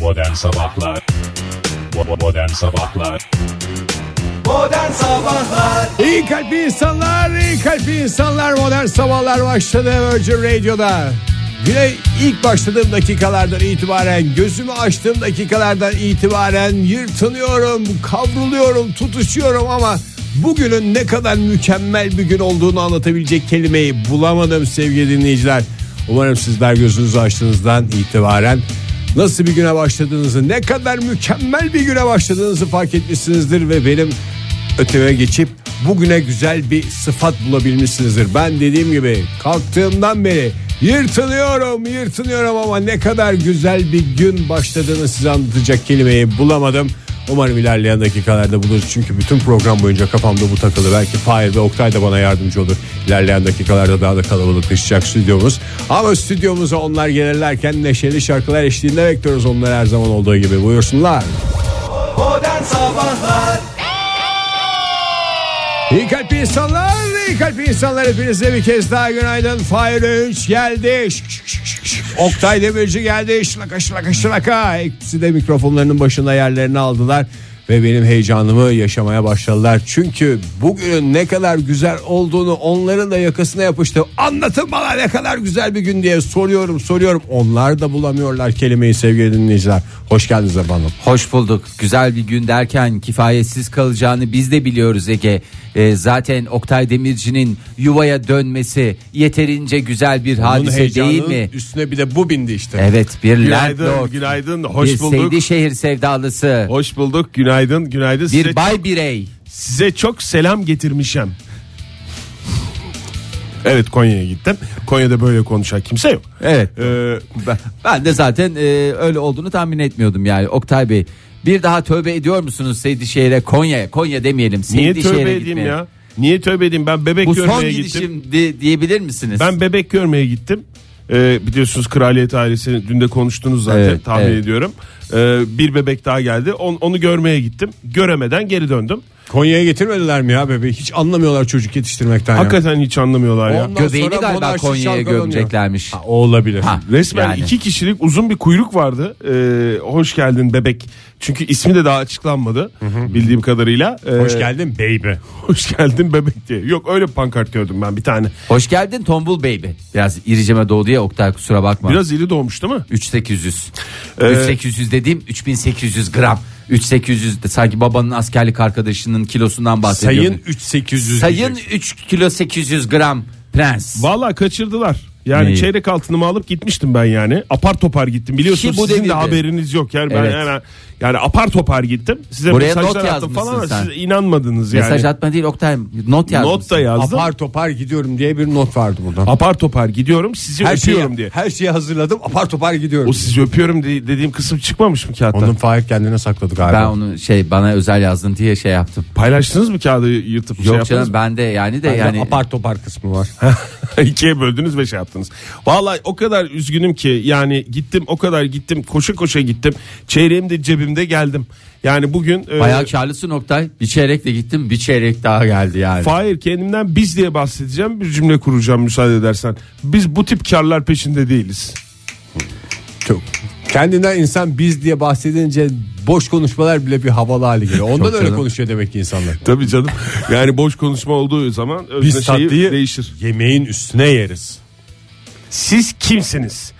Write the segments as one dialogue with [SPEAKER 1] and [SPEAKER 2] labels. [SPEAKER 1] Modern Sabahlar Bo- Modern Sabahlar
[SPEAKER 2] Modern Sabahlar
[SPEAKER 3] İyi kalpli insanlar, iyi kalpli insanlar modern sabahlar başladı Virgin Radio'da. Güne ilk başladığım dakikalardan itibaren, gözümü açtığım dakikalardan itibaren yırtınıyorum, kavruluyorum, tutuşuyorum ama bugünün ne kadar mükemmel bir gün olduğunu anlatabilecek kelimeyi bulamadım sevgili dinleyiciler. Umarım sizler gözünüzü açtığınızdan itibaren Nasıl bir güne başladığınızı ne kadar mükemmel bir güne başladığınızı fark etmişsinizdir ve benim öteme geçip bugüne güzel bir sıfat bulabilmişsinizdir. Ben dediğim gibi kalktığımdan beri yırtınıyorum yırtınıyorum ama ne kadar güzel bir gün başladığını size anlatacak kelimeyi bulamadım. Umarım ilerleyen dakikalarda buluruz çünkü bütün program boyunca kafamda bu takılı. Belki Fahir ve Oktay da bana yardımcı olur. İlerleyen dakikalarda daha da kalabalıklaşacak stüdyomuz. Ama stüdyomuza onlar gelirlerken neşeli şarkılar eşliğinde bekliyoruz onları her zaman olduğu gibi. Buyursunlar.
[SPEAKER 2] Modern Sabahlar
[SPEAKER 3] İyi kalpli insanlar, iyi kalpli insanlar hepinize bir kez daha günaydın. Fahir Öğünç geldi. Şık şık şık şık şık. Oktay Demirci geldi. Şılaka şılaka şılaka. İkisi de mikrofonlarının başına yerlerini aldılar. Ve benim heyecanımı yaşamaya başladılar. Çünkü bugünün ne kadar güzel olduğunu onların da yakasına yapıştı. Anlatın bana ne kadar güzel bir gün diye soruyorum soruyorum. Onlar da bulamıyorlar kelimeyi sevgili dinleyiciler. Hoş geldiniz efendim.
[SPEAKER 4] Hoş bulduk. Güzel bir gün derken kifayetsiz kalacağını biz de biliyoruz Ege. Ee, zaten Oktay Demirci'nin yuvaya dönmesi yeterince güzel bir
[SPEAKER 3] Bunun
[SPEAKER 4] hadise değil
[SPEAKER 3] heyecanının
[SPEAKER 4] mi?
[SPEAKER 3] üstüne bir de bu bindi işte.
[SPEAKER 4] Evet bir
[SPEAKER 5] Günaydın,
[SPEAKER 4] landlord,
[SPEAKER 5] günaydın,
[SPEAKER 4] bir
[SPEAKER 5] hoş bulduk.
[SPEAKER 4] Seydişehir sevdalısı,
[SPEAKER 5] Hoş bulduk, günaydın, günaydın. Size,
[SPEAKER 4] bir bay birey.
[SPEAKER 5] size çok selam getirmişim. Evet Konya'ya gittim. Konya'da böyle konuşan kimse yok.
[SPEAKER 4] Evet.
[SPEAKER 5] Ee,
[SPEAKER 4] Ben, ben de zaten e, öyle olduğunu tahmin etmiyordum yani Oktay Bey. Bir daha tövbe ediyor musunuz Seydişehir'e, Konya'ya? Konya demeyelim,
[SPEAKER 5] niye
[SPEAKER 4] Seydişehir'e
[SPEAKER 5] tövbe edeyim
[SPEAKER 4] gitmeye.
[SPEAKER 5] ya? Niye tövbe edeyim? Ben bebek
[SPEAKER 4] Bu son
[SPEAKER 5] görmeye gittim.
[SPEAKER 4] gidişim di- diyebilir misiniz?
[SPEAKER 5] Ben bebek görmeye gittim. Ee, biliyorsunuz kraliyet ailesini dün de konuştunuz zaten
[SPEAKER 4] Evet,
[SPEAKER 5] tahmin
[SPEAKER 4] evet.
[SPEAKER 5] ediyorum. Ee, bir bebek daha geldi. On- onu görmeye gittim. Göremeden geri döndüm.
[SPEAKER 3] Konya'ya getirmediler mi ya bebeği? Hiç anlamıyorlar çocuk yetiştirmekten ya.
[SPEAKER 5] Hakikaten hiç anlamıyorlar ya.
[SPEAKER 3] Ondan
[SPEAKER 4] Göbeğini
[SPEAKER 3] sonra
[SPEAKER 4] galiba
[SPEAKER 3] monarşi
[SPEAKER 4] Konya'ya
[SPEAKER 3] şalgam oluyor.
[SPEAKER 4] gömeceklermiş.
[SPEAKER 3] O olabilir.
[SPEAKER 4] Ha,
[SPEAKER 5] Resmen
[SPEAKER 4] yani.
[SPEAKER 5] iki kişilik uzun bir kuyruk vardı. Ee, hoş geldin bebek. Çünkü ismi de daha açıklanmadı bildiğim kadarıyla. Ee,
[SPEAKER 3] Hoş geldin baby.
[SPEAKER 5] hoş geldin bebek diye. Yok öyle pankart gördüm ben bir tane.
[SPEAKER 4] Hoş geldin Tombul Baby. Biraz iriceme doğdu ya Oktay kusura bakma. Biraz...
[SPEAKER 5] Biraz iri doğmuş değil mi?
[SPEAKER 4] 3800. 3800 dediğim 3800 gram. 3800 de sanki babanın askerlik arkadaşının kilosundan
[SPEAKER 3] Sayın
[SPEAKER 4] bahsediyorum.
[SPEAKER 3] 3800.
[SPEAKER 4] Sayın
[SPEAKER 3] diyeceksin.
[SPEAKER 4] 3 kilo 800 gram prens.
[SPEAKER 5] Vallahi kaçırdılar. Yani
[SPEAKER 4] Neyi?
[SPEAKER 5] çeyrek altınımı alıp gitmiştim ben yani. Apar topar gittim. Biliyorsunuz
[SPEAKER 4] Ki bu
[SPEAKER 5] sizin de
[SPEAKER 4] devirde.
[SPEAKER 5] haberiniz yok. Yani ben
[SPEAKER 4] Evet.
[SPEAKER 5] hemen- yani apar topar gittim. Size
[SPEAKER 4] Buraya
[SPEAKER 5] mesajlar
[SPEAKER 4] not
[SPEAKER 5] attım
[SPEAKER 4] yazmışsın
[SPEAKER 5] falan ama
[SPEAKER 4] sen.
[SPEAKER 5] siz inanmadınız yani.
[SPEAKER 4] Mesaj atma değil Oktay not yazdım.
[SPEAKER 5] not da yazdım. Apar,
[SPEAKER 3] Apar topar gidiyorum diye bir not vardı burada.
[SPEAKER 5] topar gidiyorum sizi
[SPEAKER 3] her
[SPEAKER 5] öpüyorum
[SPEAKER 3] şeyi,
[SPEAKER 5] diye.
[SPEAKER 3] Her şeyi hazırladım apar topar gidiyorum.
[SPEAKER 5] O sizi öpüyorum de- dediğim kısım çıkmamış mı kağıttan?
[SPEAKER 3] Onun Fahir kendine sakladı galiba.
[SPEAKER 4] Ben onu şey bana özel yazdın diye şey yaptım.
[SPEAKER 5] Paylaştınız mı kağıdı yırtıp şey
[SPEAKER 4] Yok
[SPEAKER 5] yaptınız
[SPEAKER 4] canım
[SPEAKER 5] mı?
[SPEAKER 4] ben de yani de
[SPEAKER 3] Bende
[SPEAKER 4] yani
[SPEAKER 3] apar topar kısmı var.
[SPEAKER 5] İkiye böldünüz ve şey yaptınız. Vallahi o kadar üzgünüm ki yani gittim o kadar gittim koşa koşa gittim. Çeyreğim de cebimde geldim. Yani bugün e,
[SPEAKER 4] bayağı karlısın Oktay. Bir çeyrek de gittim bir çeyrek daha geldi yani.
[SPEAKER 5] Fahir kendimden biz diye bahsedeceğim bir cümle kuracağım müsaade edersen. Biz bu tip karlar peşinde değiliz.
[SPEAKER 3] Çok. Kendinden insan biz diye bahsedince boş konuşmalar bile bir havalı hale geliyor. Ondan
[SPEAKER 4] Çok
[SPEAKER 3] öyle
[SPEAKER 4] canım.
[SPEAKER 3] konuşuyor demek ki insanlar.
[SPEAKER 5] Tabii canım. Yani boş konuşma olduğu zaman özne
[SPEAKER 3] Biz
[SPEAKER 5] şeyi
[SPEAKER 3] tatlıyı
[SPEAKER 5] değişir.
[SPEAKER 3] yemeğin üstüne yeriz.
[SPEAKER 5] Siz kimsiniz?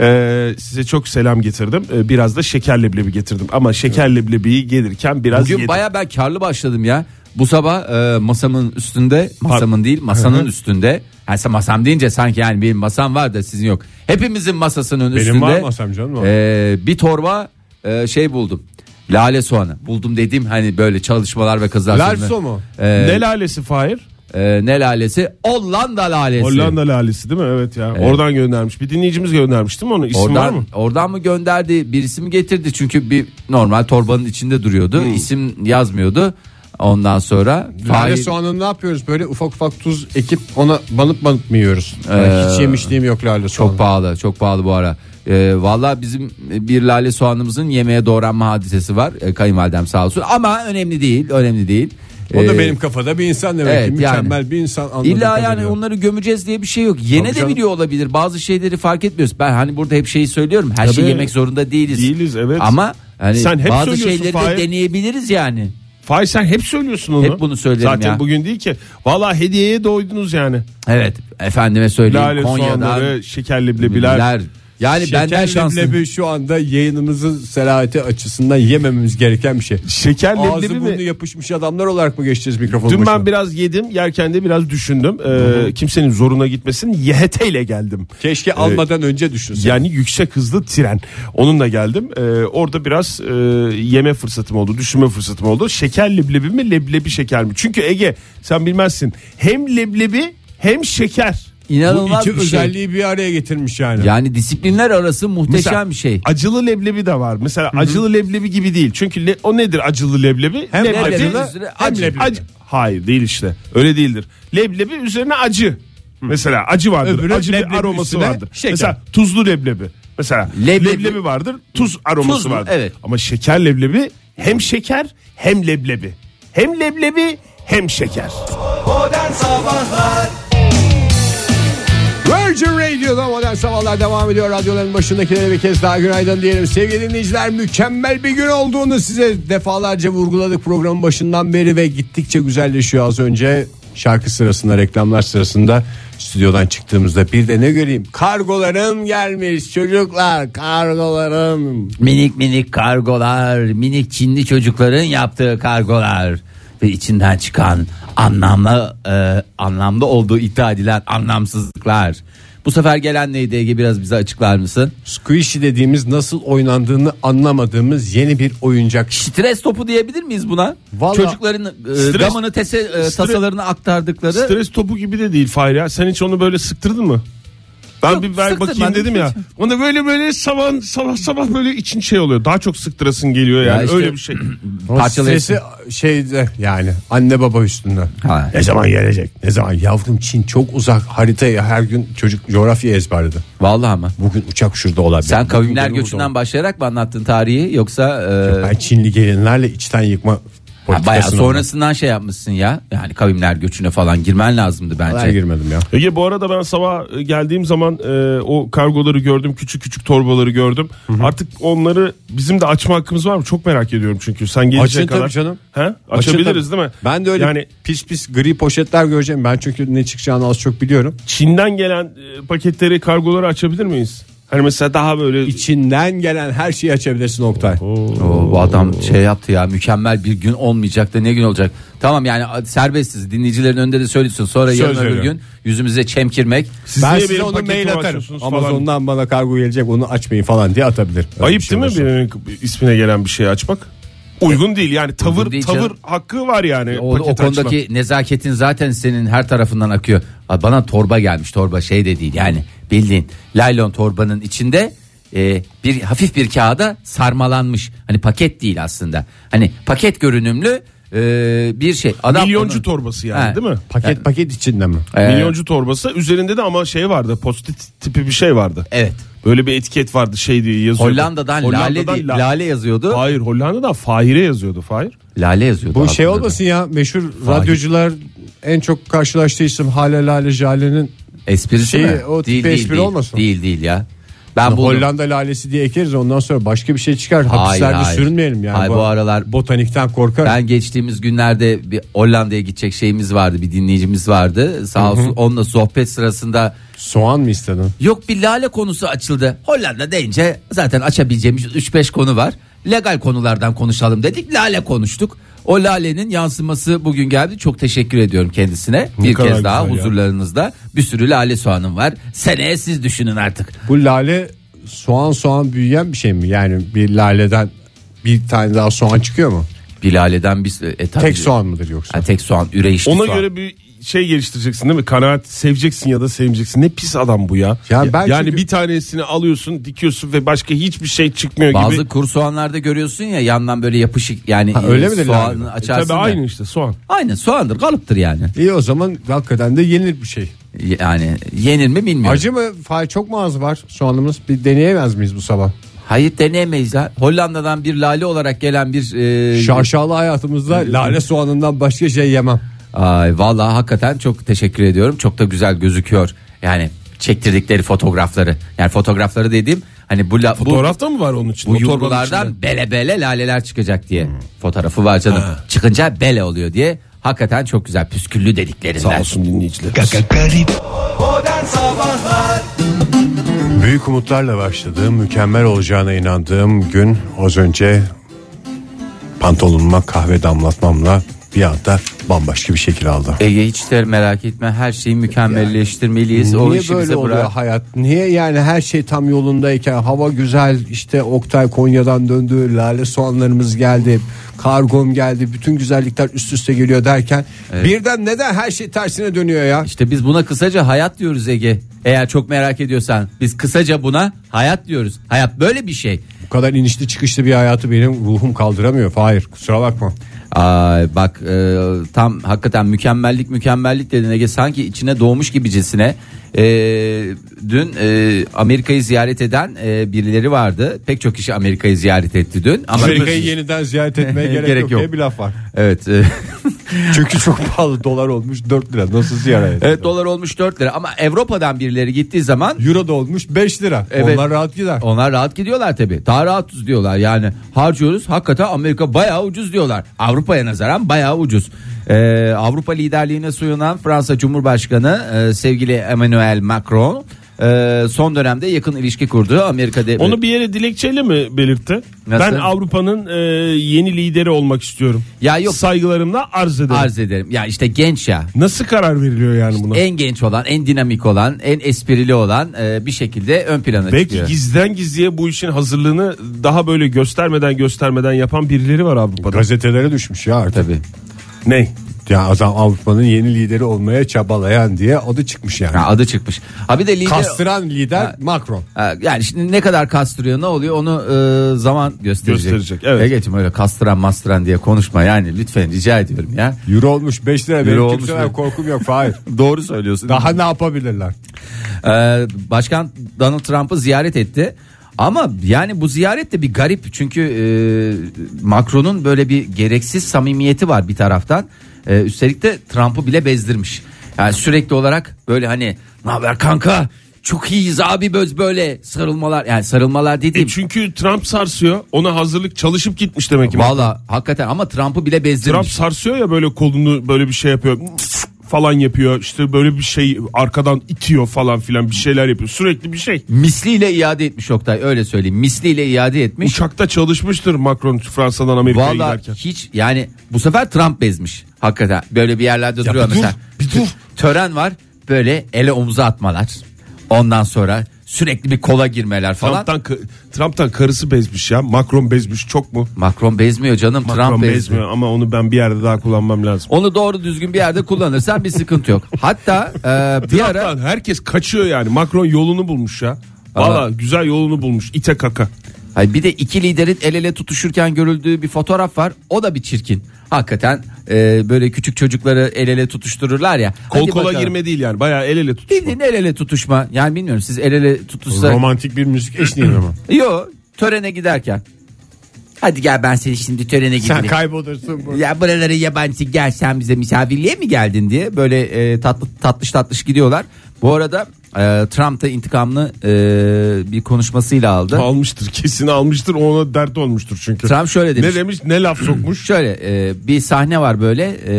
[SPEAKER 5] Ee, size çok selam getirdim. Ee, biraz da şeker leblebi getirdim. Ama şeker leblebiyi gelirken biraz
[SPEAKER 4] Bugün
[SPEAKER 5] yedim.
[SPEAKER 4] baya ben karlı başladım ya. Bu sabah e, masamın üstünde, masamın değil masanın üstünde. Yani sen masam deyince sanki yani benim masam var da sizin yok. Hepimizin masasının üstünde.
[SPEAKER 3] var masam canım.
[SPEAKER 4] e, bir torba e, şey buldum. Lale soğanı. Buldum dediğim hani böyle çalışmalar ve kızlar.
[SPEAKER 3] Larso
[SPEAKER 4] filmi.
[SPEAKER 3] mu?
[SPEAKER 4] E,
[SPEAKER 5] Ee, Ne lalesi Fahir?
[SPEAKER 4] e, ne lalesi? Hollanda lalesi.
[SPEAKER 5] Hollanda lalesi değil mi? Evet ya. Oradan göndermiş. Bir dinleyicimiz göndermiş değil mi onu? İsim var mı?
[SPEAKER 4] Oradan, oradan mı gönderdi birisi mi getirdi çünkü bir normal torbanın içinde duruyordu isim yazmıyordu ondan sonra
[SPEAKER 3] Lale
[SPEAKER 4] Fahir-
[SPEAKER 3] soğanını ne yapıyoruz böyle ufak ufak tuz ekip ona banıp banıp mı yiyoruz? Yani hiç yemişliğim yok lale soğanı.
[SPEAKER 4] Ee, Çok pahalı, çok pahalı bu ara. Ee, Valla bizim e, bir lale soğanımızın yemeğe doğranma hadisesi var. Ee, kayınvalidem sağ olsun. Ama önemli değil, önemli değil.
[SPEAKER 3] O da
[SPEAKER 4] Ee,
[SPEAKER 3] benim kafada bir insan demek
[SPEAKER 4] evet,
[SPEAKER 3] ki. Mükemmel bir insan anladığım
[SPEAKER 4] İlla yani
[SPEAKER 3] kadarıyla.
[SPEAKER 4] onları gömeceğiz diye bir şey yok. Yene
[SPEAKER 3] Tabii
[SPEAKER 4] de
[SPEAKER 3] canım.
[SPEAKER 4] biliyor olabilir. Bazı şeyleri fark etmiyoruz. Ben hani burada hep şeyi söylüyorum. Her şeyi
[SPEAKER 5] Tabii.
[SPEAKER 4] yemek zorunda değiliz.
[SPEAKER 5] Değiliz, evet.
[SPEAKER 4] Ama hani
[SPEAKER 5] Sen hep
[SPEAKER 4] bazı
[SPEAKER 5] söylüyorsun
[SPEAKER 4] şeyleri
[SPEAKER 5] Fahir.
[SPEAKER 4] de deneyebiliriz yani.
[SPEAKER 5] Fahir sen hep söylüyorsun onu.
[SPEAKER 4] Hep bunu söylerim
[SPEAKER 5] Zaten
[SPEAKER 4] ya.
[SPEAKER 5] bugün değil ki. Valla hediyeye doydunuz yani.
[SPEAKER 4] Evet efendime söyleyeyim
[SPEAKER 5] Lale
[SPEAKER 4] Konya'dan
[SPEAKER 5] soğanları, şeker leblebiler.
[SPEAKER 4] biler. Yani
[SPEAKER 3] Şeker
[SPEAKER 4] benden şanslı.
[SPEAKER 3] leblebi şu anda yayınımızın selahati açısından yemememiz gereken bir şey.
[SPEAKER 5] Şeker
[SPEAKER 3] Ağzı
[SPEAKER 5] leblebi mi?
[SPEAKER 3] burnu yapışmış adamlar olarak mı geçeceğiz mikrofonun
[SPEAKER 5] Dün
[SPEAKER 3] başına?
[SPEAKER 5] ben biraz yedim yerken de biraz düşündüm. Ee, kimsenin zoruna gitmesin. YHT ile geldim.
[SPEAKER 3] Keşke almadan önce düşünseydim.
[SPEAKER 5] Yani yüksek hızlı tren. Onunla geldim. Ee, orada biraz e, yeme fırsatım oldu, düşünme fırsatım oldu. Şeker leblebi mi, leblebi şeker mi? Çünkü Ege sen bilmezsin. Hem leblebi hem şeker.
[SPEAKER 3] Bu
[SPEAKER 4] İnanılmaz
[SPEAKER 3] iki
[SPEAKER 4] bir şey.
[SPEAKER 3] özelliği bir araya getirmiş yani.
[SPEAKER 4] Yani disiplinler arası muhteşem
[SPEAKER 5] Mesela
[SPEAKER 4] bir şey.
[SPEAKER 5] Acılı leblebi de var. Mesela acılı leblebi gibi değil. Çünkü le- o nedir acılı leblebi?
[SPEAKER 3] Hem
[SPEAKER 4] leblebi
[SPEAKER 5] hem
[SPEAKER 4] üzerine acı.
[SPEAKER 5] acı. Hayır değil işte. Öyle değildir. Leblebi üzerine acı. Mesela acı vardır.
[SPEAKER 3] Öbürü
[SPEAKER 5] acı
[SPEAKER 3] leblebi
[SPEAKER 5] bir aroması
[SPEAKER 3] üstüne
[SPEAKER 5] vardır.
[SPEAKER 3] şeker.
[SPEAKER 5] Mesela tuzlu leblebi. Mesela
[SPEAKER 4] Leblebi-
[SPEAKER 5] leblebi, vardır. Tuz aroması
[SPEAKER 4] Tuzlu,
[SPEAKER 5] vardır.
[SPEAKER 4] evet.
[SPEAKER 5] Ama şeker leblebi hem şeker hem leblebi. Hem leblebi hem şeker.
[SPEAKER 6] Modern Sabahlar
[SPEAKER 3] Virgin Radio'da modern sabahlar devam ediyor. Radyoların başındakilere bir kez daha günaydın diyelim. Sevgili dinleyiciler mükemmel bir gün olduğunu size defalarca vurguladık programın başından beri ve gittikçe güzelleşiyor az önce. Şarkı sırasında reklamlar sırasında stüdyodan çıktığımızda bir de ne göreyim kargolarım gelmiş çocuklar kargolarım
[SPEAKER 4] Minik minik kargolar, minik Çinli çocukların yaptığı kargolar ve içinden çıkan anlamlı e, anlamda olduğu iddia edilen anlamsızlıklar. Bu sefer gelen neydi Ege biraz bize açıklar mısın?
[SPEAKER 3] squishy dediğimiz nasıl oynandığını anlamadığımız yeni bir oyuncak
[SPEAKER 4] Stres topu diyebilir miyiz buna?
[SPEAKER 3] Vallahi-
[SPEAKER 4] Çocukların e,
[SPEAKER 5] Stres-
[SPEAKER 4] gamını tese, e,
[SPEAKER 5] stres-
[SPEAKER 4] tasalarını aktardıkları
[SPEAKER 5] Stres topu gibi de değil Fahir ya. Sen hiç onu böyle sıktırdın mı? Ben
[SPEAKER 4] Yok,
[SPEAKER 5] bir ver bakayım
[SPEAKER 4] sıktırmadım
[SPEAKER 5] dedim ya. Ona böyle böyle sabah sabah sabah böyle için şey oluyor. Daha çok sıktırasın geliyor yani.
[SPEAKER 4] Ya işte-
[SPEAKER 5] Öyle bir şey.
[SPEAKER 4] parçalayıcı.
[SPEAKER 3] Stresi şeyde yani anne baba üstünde.
[SPEAKER 4] Ha.
[SPEAKER 3] Ne zaman gelecek? Ne zaman? Yavrum Çin çok uzak haritayı her gün çocuk coğrafya ezberledi.
[SPEAKER 4] Vallahi ama.
[SPEAKER 3] Bugün uçak şurada olabilir.
[SPEAKER 4] Sen
[SPEAKER 3] Bugün
[SPEAKER 4] kavimler
[SPEAKER 3] benim
[SPEAKER 4] göçünden
[SPEAKER 3] burada
[SPEAKER 4] başlayarak mı anlattın tarihi yoksa e,
[SPEAKER 3] olabilir. Ben Çinli gelinlerle içten yıkma
[SPEAKER 4] Ha, bayağı
[SPEAKER 3] politikasını
[SPEAKER 4] sonrasından şey yapmışsın ya. Yani kavimler göçüne falan girmen lazımdı bence.
[SPEAKER 3] Ben girmedim ya.
[SPEAKER 5] Ege bu arada ben sabah e, geldiğim zaman e, o kargoları gördüm. Küçük küçük torbaları gördüm. Artık onları bizim de açma hakkımız var mı? Çok merak ediyorum çünkü. Sen gelince
[SPEAKER 3] Açın
[SPEAKER 5] kadar.
[SPEAKER 3] tabii canım.
[SPEAKER 5] He?
[SPEAKER 3] Açın
[SPEAKER 5] Açabiliriz
[SPEAKER 3] tabii.
[SPEAKER 5] değil mi?
[SPEAKER 3] Ben de öyle
[SPEAKER 5] Yani
[SPEAKER 3] pis pis gri poşetler göreceğim. Ben çünkü ne çıkacağını az çok biliyorum.
[SPEAKER 5] Çin'den gelen e, paketleri kargoları açabilir miyiz? Hani mesela daha böyle
[SPEAKER 3] İçinden gelen her şeyi açabilirsin Oktay.
[SPEAKER 4] Oo, bu adam şey yaptı ya mükemmel bir gün olmayacak da ne gün olacak. Tamam yani serbestsiz dinleyicilerin önünde de söylüyorsun. Sonra yarın öbür
[SPEAKER 3] veriyorum.
[SPEAKER 4] gün yüzümüze çemkirmek.
[SPEAKER 5] Siz
[SPEAKER 3] ben
[SPEAKER 5] niye
[SPEAKER 3] size
[SPEAKER 5] benim
[SPEAKER 3] onu
[SPEAKER 5] paketimi
[SPEAKER 3] mail atarım.
[SPEAKER 5] açıyorsunuz falan?
[SPEAKER 3] Amazon'dan bana kargo gelecek onu açmayın falan diye atabilir. Öyle bir
[SPEAKER 5] Ayıp
[SPEAKER 3] şey
[SPEAKER 5] değil mi
[SPEAKER 3] olursa.
[SPEAKER 5] birinin ismine gelen bir şeyi açmak? Uygun değil yani tavır
[SPEAKER 4] değil
[SPEAKER 5] tavır
[SPEAKER 4] canım.
[SPEAKER 5] hakkı var yani.
[SPEAKER 4] O, o
[SPEAKER 5] paket
[SPEAKER 4] konudaki
[SPEAKER 5] açma.
[SPEAKER 4] nezaketin zaten senin her tarafından akıyor. Aa, Bana torba gelmiş torba şey de değil yani bildiğin laylon torbanın içinde e, bir hafif bir kağıda sarmalanmış. Hani paket değil aslında. Hani paket görünümlü e, bir şey. Adam
[SPEAKER 5] milyoncu
[SPEAKER 4] onu-
[SPEAKER 5] torbası yani
[SPEAKER 4] He.
[SPEAKER 5] değil mi?
[SPEAKER 3] Paket paket içinde mi?
[SPEAKER 4] Ee,
[SPEAKER 5] Milyoncu torbası üzerinde de ama şey vardı postit tipi bir şey vardı.
[SPEAKER 4] Evet.
[SPEAKER 5] Böyle bir etiket vardı şey diye yazıyordu.
[SPEAKER 4] Hollanda'dan, lale, di-
[SPEAKER 5] la-
[SPEAKER 4] lale yazıyordu.
[SPEAKER 5] Hayır Hollanda'dan Fahir'e yazıyordu Fahir.
[SPEAKER 4] Lale yazıyordu.
[SPEAKER 3] Bu
[SPEAKER 4] altında
[SPEAKER 3] şey
[SPEAKER 4] da.
[SPEAKER 3] olmasın ya meşhur radyocular en çok karşılaştığı isim Hale Lale Jale'nin
[SPEAKER 4] Esprisi
[SPEAKER 3] Şey,
[SPEAKER 4] mi?
[SPEAKER 3] o tipi espri
[SPEAKER 4] değil,
[SPEAKER 3] olmasın.
[SPEAKER 4] Değil değil ya. Ben bu
[SPEAKER 3] Hollanda lalesi diye ekeriz ondan sonra başka bir şey çıkar.
[SPEAKER 4] Hayır,
[SPEAKER 3] Hapislerde
[SPEAKER 4] hayır.
[SPEAKER 3] sürünmeyelim yani.
[SPEAKER 4] Hayır, bu aralar-
[SPEAKER 3] botanikten korkar.
[SPEAKER 4] ben geçtiğimiz günlerde bir Hollanda'ya gidecek şeyimiz vardı. Bir dinleyicimiz vardı. Sağ olsun onunla sohbet sırasında
[SPEAKER 3] Soğan mı istedin?
[SPEAKER 4] yok bir lale konusu açıldı. Hollanda deyince zaten açabileceğimiz 3-5 konu var. Legal konulardan konuşalım dedik. Lale konuştuk. O lalenin yansıması bugün geldi. Çok teşekkür ediyorum kendisine. bir
[SPEAKER 5] kadar
[SPEAKER 4] kez daha
[SPEAKER 5] güzel ya.
[SPEAKER 4] huzurlarınızda bir sürü lale soğanım var. Seneye siz düşünün artık.
[SPEAKER 3] Bu lale soğan soğan büyüyen bir şey mi? Yani bir laleden bir tane daha soğan çıkıyor mu?
[SPEAKER 4] Bir laleden bir e, tabii-
[SPEAKER 3] Tek soğan mıdır yoksa?
[SPEAKER 4] Ha, tek soğan üreyişli
[SPEAKER 5] Ona
[SPEAKER 4] soğan.
[SPEAKER 5] göre bir şey geliştireceksin değil mi? Kanaat seveceksin ya da sevmeyeceksin. Ne pis adam bu ya.
[SPEAKER 3] Ya ben
[SPEAKER 5] yani
[SPEAKER 3] çünkü-
[SPEAKER 5] bir tanesini alıyorsun, dikiyorsun ve başka hiçbir şey çıkmıyor
[SPEAKER 4] bazı
[SPEAKER 5] gibi.
[SPEAKER 4] kuru soğanlarda görüyorsun ya yandan böyle yapışık yani
[SPEAKER 3] Ha,
[SPEAKER 4] e,
[SPEAKER 3] öyle midir
[SPEAKER 4] soğanı
[SPEAKER 3] lalede? E,
[SPEAKER 4] açarsın.
[SPEAKER 5] Tabii
[SPEAKER 4] ya.
[SPEAKER 5] aynı işte soğan.
[SPEAKER 4] Aynı soğandır kalıptır yani.
[SPEAKER 3] İyi o zaman hakikaten de yenir bir şey.
[SPEAKER 4] Yani yenir mi bilmiyorum.
[SPEAKER 3] Acı mı? Fay çok mu az var soğanımız? Bir deneyemez miyiz bu sabah?
[SPEAKER 4] Hayır deneyemeyiz ha. Hollanda'dan bir lale olarak gelen bir e,
[SPEAKER 7] Şarşalı hayatımızda lale soğanından başka şey yemem.
[SPEAKER 4] Ay vallahi hakikaten çok teşekkür ediyorum. Çok da güzel gözüküyor. Yani çektirdikleri fotoğrafları. Yani fotoğrafları dediğim hani bu la, bu,
[SPEAKER 5] Fotoğrafta mı var onun için?
[SPEAKER 4] bu
[SPEAKER 5] O torbanın içinde. Hmm.
[SPEAKER 4] yumrulardan bele bele laleler çıkacak diye. Fotoğrafı var canım. Çıkınca bele oluyor diye. Hakikaten çok güzel püsküllü dediklerinden.
[SPEAKER 5] Sağ olsun dinleyiciler.
[SPEAKER 2] Modern Sabahlar
[SPEAKER 3] Büyük umutlarla başladığım, mükemmel olacağına inandığım gün az önce pantolonuma kahve damlatmamla bir anda bambaşka bir şekil aldı.
[SPEAKER 4] Ege hiç de merak etme her şeyi mükemmelleştirmeliyiz. o
[SPEAKER 3] Niye
[SPEAKER 4] işi
[SPEAKER 3] böyle
[SPEAKER 4] bize
[SPEAKER 3] oluyor
[SPEAKER 4] bırak.
[SPEAKER 3] hayat? Niye yani her şey tam yolundayken hava güzel işte Oktay Konya'dan döndü, lale soğanlarımız geldi, kargom geldi, bütün güzellikler üst üste geliyor derken birden neden her şey tersine dönüyor ya?
[SPEAKER 4] İşte biz buna kısaca hayat diyoruz Ege. Eğer çok merak ediyorsan biz kısaca buna hayat diyoruz. Hayat böyle bir şey.
[SPEAKER 3] Bu kadar inişli çıkışlı bir hayatı benim ruhum kaldıramıyor. Hayır kusura bakma.
[SPEAKER 4] Ay bak e, tam hakikaten mükemmellik mükemmellik dedin Ege sanki içine doğmuş gibicesine. E, dün e, Amerika'yı ziyaret eden e, birileri vardı. Pek çok kişi Amerika'yı ziyaret etti dün. Ama
[SPEAKER 3] Amerika'yı yeniden ziyaret etmeye gerek,
[SPEAKER 4] Gerek
[SPEAKER 3] yok,
[SPEAKER 4] yok.
[SPEAKER 3] diye bir laf var.
[SPEAKER 4] Evet. e,
[SPEAKER 3] Çünkü çok pahalı dolar olmuş 4 lira. Nasıl ziyaret?
[SPEAKER 4] evet dolar olmuş 4 lira ama Avrupa'dan birileri gittiği zaman
[SPEAKER 3] Euro da olmuş 5 lira.
[SPEAKER 4] Evet.
[SPEAKER 3] Onlar rahat gider.
[SPEAKER 4] Onlar rahat gidiyorlar tabi. Daha rahatız diyorlar yani. Harcıyoruz hakikaten Amerika bayağı ucuz diyorlar. Avrupa'ya nazaran bayağı ucuz. Ee, Avrupa liderliğine suyunan Fransa Cumhurbaşkanı e, sevgili Emmanuel Macron e, son dönemde yakın ilişki kurduğu Amerika'da
[SPEAKER 5] Onu bir yere dilekçeyle mi belirtti?
[SPEAKER 4] Nasıl?
[SPEAKER 5] Ben Avrupa'nın e, yeni lideri olmak istiyorum.
[SPEAKER 4] Ya yok.
[SPEAKER 5] Saygılarımla arz ederim.
[SPEAKER 4] arz ederim. Ya işte genç ya.
[SPEAKER 5] Nasıl karar veriliyor yani buna?
[SPEAKER 4] En genç olan, en dinamik olan, en esprili olan e, bir şekilde ön plana
[SPEAKER 5] Belki
[SPEAKER 4] çıkıyor.
[SPEAKER 5] gizden gizliye bu işin hazırlığını daha böyle göstermeden göstermeden yapan birileri var Avrupa'da.
[SPEAKER 3] Gazetelere düşmüş ya artık.
[SPEAKER 4] Tabii.
[SPEAKER 5] Ney?
[SPEAKER 3] Ya adam Avrupa'nın yeni lideri olmaya çabalayan diye adı çıkmış yani.
[SPEAKER 4] Ha, adı çıkmış. Ha bir de lider...
[SPEAKER 3] Kastıran lider Macron.
[SPEAKER 4] Ha, Yani şimdi ne kadar kastırıyor ne oluyor onu e, zaman gösterecek.
[SPEAKER 5] Gösterecek, evet.
[SPEAKER 4] Ege'cim öyle kastıran mastıran diye konuşma yani lütfen rica ediyorum ya.
[SPEAKER 3] Euro olmuş 5 lira. Benim
[SPEAKER 4] Euro olmuş
[SPEAKER 3] kimseden
[SPEAKER 4] benim.
[SPEAKER 3] korkum yok. Hayır.
[SPEAKER 4] Doğru söylüyorsun.
[SPEAKER 3] Daha ne yapabilirler?
[SPEAKER 4] Ee, Başkan Donald Trump'ı ziyaret etti. Ama yani bu ziyaret de bir garip çünkü e, Macron'un böyle bir gereksiz samimiyeti var bir taraftan. E, üstelik de Trump'ı bile bezdirmiş. Yani sürekli olarak böyle hani ne haber kanka çok iyiyiz abi böz böyle sarılmalar yani sarılmalar
[SPEAKER 5] E
[SPEAKER 4] dediğim.
[SPEAKER 5] çünkü Trump sarsıyor. Ona hazırlık çalışıp gitmiş demek ki.
[SPEAKER 4] Valla hakikaten ama Trump'ı bile
[SPEAKER 5] Trump
[SPEAKER 4] bezdirmiş.
[SPEAKER 5] sarsıyor ya böyle kolunu böyle bir şey yapıyor. falan yapıyor. İşte böyle bir şey arkadan itiyor falan filan bir şeyler yapıyor. Sürekli bir şey.
[SPEAKER 4] Misliyle iade etmiş Oktay öyle söyleyeyim. Misliyle iade etmiş.
[SPEAKER 5] Uçakta çalışmıştır Macron Fransa'dan Amerika'ya
[SPEAKER 4] Valla
[SPEAKER 5] giderken.
[SPEAKER 4] hiç yani bu sefer Trump bezmiş. Hakikaten böyle bir yerlerde duruyor
[SPEAKER 5] bir dur,
[SPEAKER 4] mesela.
[SPEAKER 5] bir dur.
[SPEAKER 4] Tören var böyle ele omuza atmalar. Ondan sonra sürekli bir kola girmeler falan.
[SPEAKER 5] Trump'tan, ka- Trump'tan karısı bezmiş ya. Macron bezmiş çok mu?
[SPEAKER 4] Macron bezmiyor canım
[SPEAKER 5] Macron
[SPEAKER 4] Trump bezmiyor.
[SPEAKER 5] bezmiyor ama onu ben bir yerde daha kullanmam lazım.
[SPEAKER 4] Onu doğru düzgün bir yerde kullanırsan bir sıkıntı yok. Hatta e, bir ara
[SPEAKER 5] Trump'tan herkes kaçıyor yani. Macron yolunu bulmuş ya. Valla
[SPEAKER 4] Ama-
[SPEAKER 5] güzel yolunu bulmuş. İte kaka.
[SPEAKER 4] Hayır, bir de iki liderin el ele tutuşurken görüldüğü bir fotoğraf var. O da bir çirkin. Hakikaten e, böyle küçük çocukları el ele tutuştururlar ya.
[SPEAKER 5] Kol
[SPEAKER 4] Hadi
[SPEAKER 5] kola
[SPEAKER 4] bakalım.
[SPEAKER 5] girme değil yani. Bayağı el ele tutuşma.
[SPEAKER 4] Bildiğin el ele tutuşma. Yani bilmiyorum siz el ele tutuşsa.
[SPEAKER 3] Romantik bir müzik eşliğinde mi?
[SPEAKER 4] Yo törene giderken. Hadi gel ben seni şimdi törene
[SPEAKER 3] Sen
[SPEAKER 4] gidireyim.
[SPEAKER 3] kaybolursun. burada.
[SPEAKER 4] ya buralara yabancı gel sen bize misafirliğe mi geldin diye böyle e, tatlı tatlış tatlış gidiyorlar. Bu arada e, Trump da intikamını e, bir konuşmasıyla aldı.
[SPEAKER 5] Almıştır kesin almıştır ona dert olmuştur çünkü.
[SPEAKER 4] Trump şöyle demiş.
[SPEAKER 5] Ne demiş ne laf sokmuş.
[SPEAKER 4] Şöyle e, bir sahne var böyle e,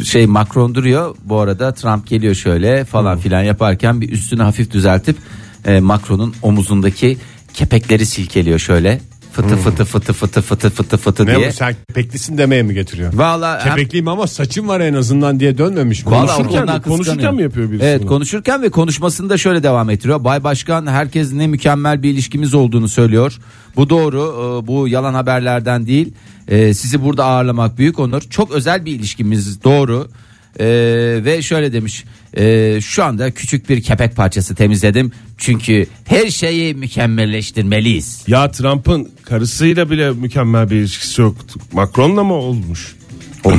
[SPEAKER 4] e, şey Macron duruyor bu arada Trump geliyor şöyle falan filan yaparken bir üstünü hafif düzeltip e, Macron'un omuzundaki kepekleri silkeliyor şöyle fıtı fıtı fıtı fıtı fıtı fıtı fıtı
[SPEAKER 3] Ne
[SPEAKER 4] diye.
[SPEAKER 3] bu sen peklisin demeye mi getiriyor?
[SPEAKER 4] Valla hem-
[SPEAKER 3] Kepekliyim ama saçım var en azından diye dönmemiş mi?
[SPEAKER 4] Valla
[SPEAKER 5] Konuşurken
[SPEAKER 4] ondan
[SPEAKER 5] mi? Konuşurken
[SPEAKER 4] kıskanıyor.
[SPEAKER 5] mi yapıyor birisi
[SPEAKER 4] Evet
[SPEAKER 5] bunu?
[SPEAKER 4] konuşurken ve konuşmasını da şöyle devam ettiriyor. Bay Başkan herkes ne mükemmel bir ilişkimiz olduğunu söylüyor. Bu doğru e, bu yalan haberlerden değil. E, Sizi burada ağırlamak büyük onur. Çok özel bir ilişkimiz doğru. E, ve şöyle demiş e, şu anda küçük bir kepek parçası temizledim çünkü her şeyi mükemmelleştirmeliyiz.
[SPEAKER 5] Ya Trump'ın karısıyla bile mükemmel bir ilişkisi yoktu. Macron'la mı olmuş?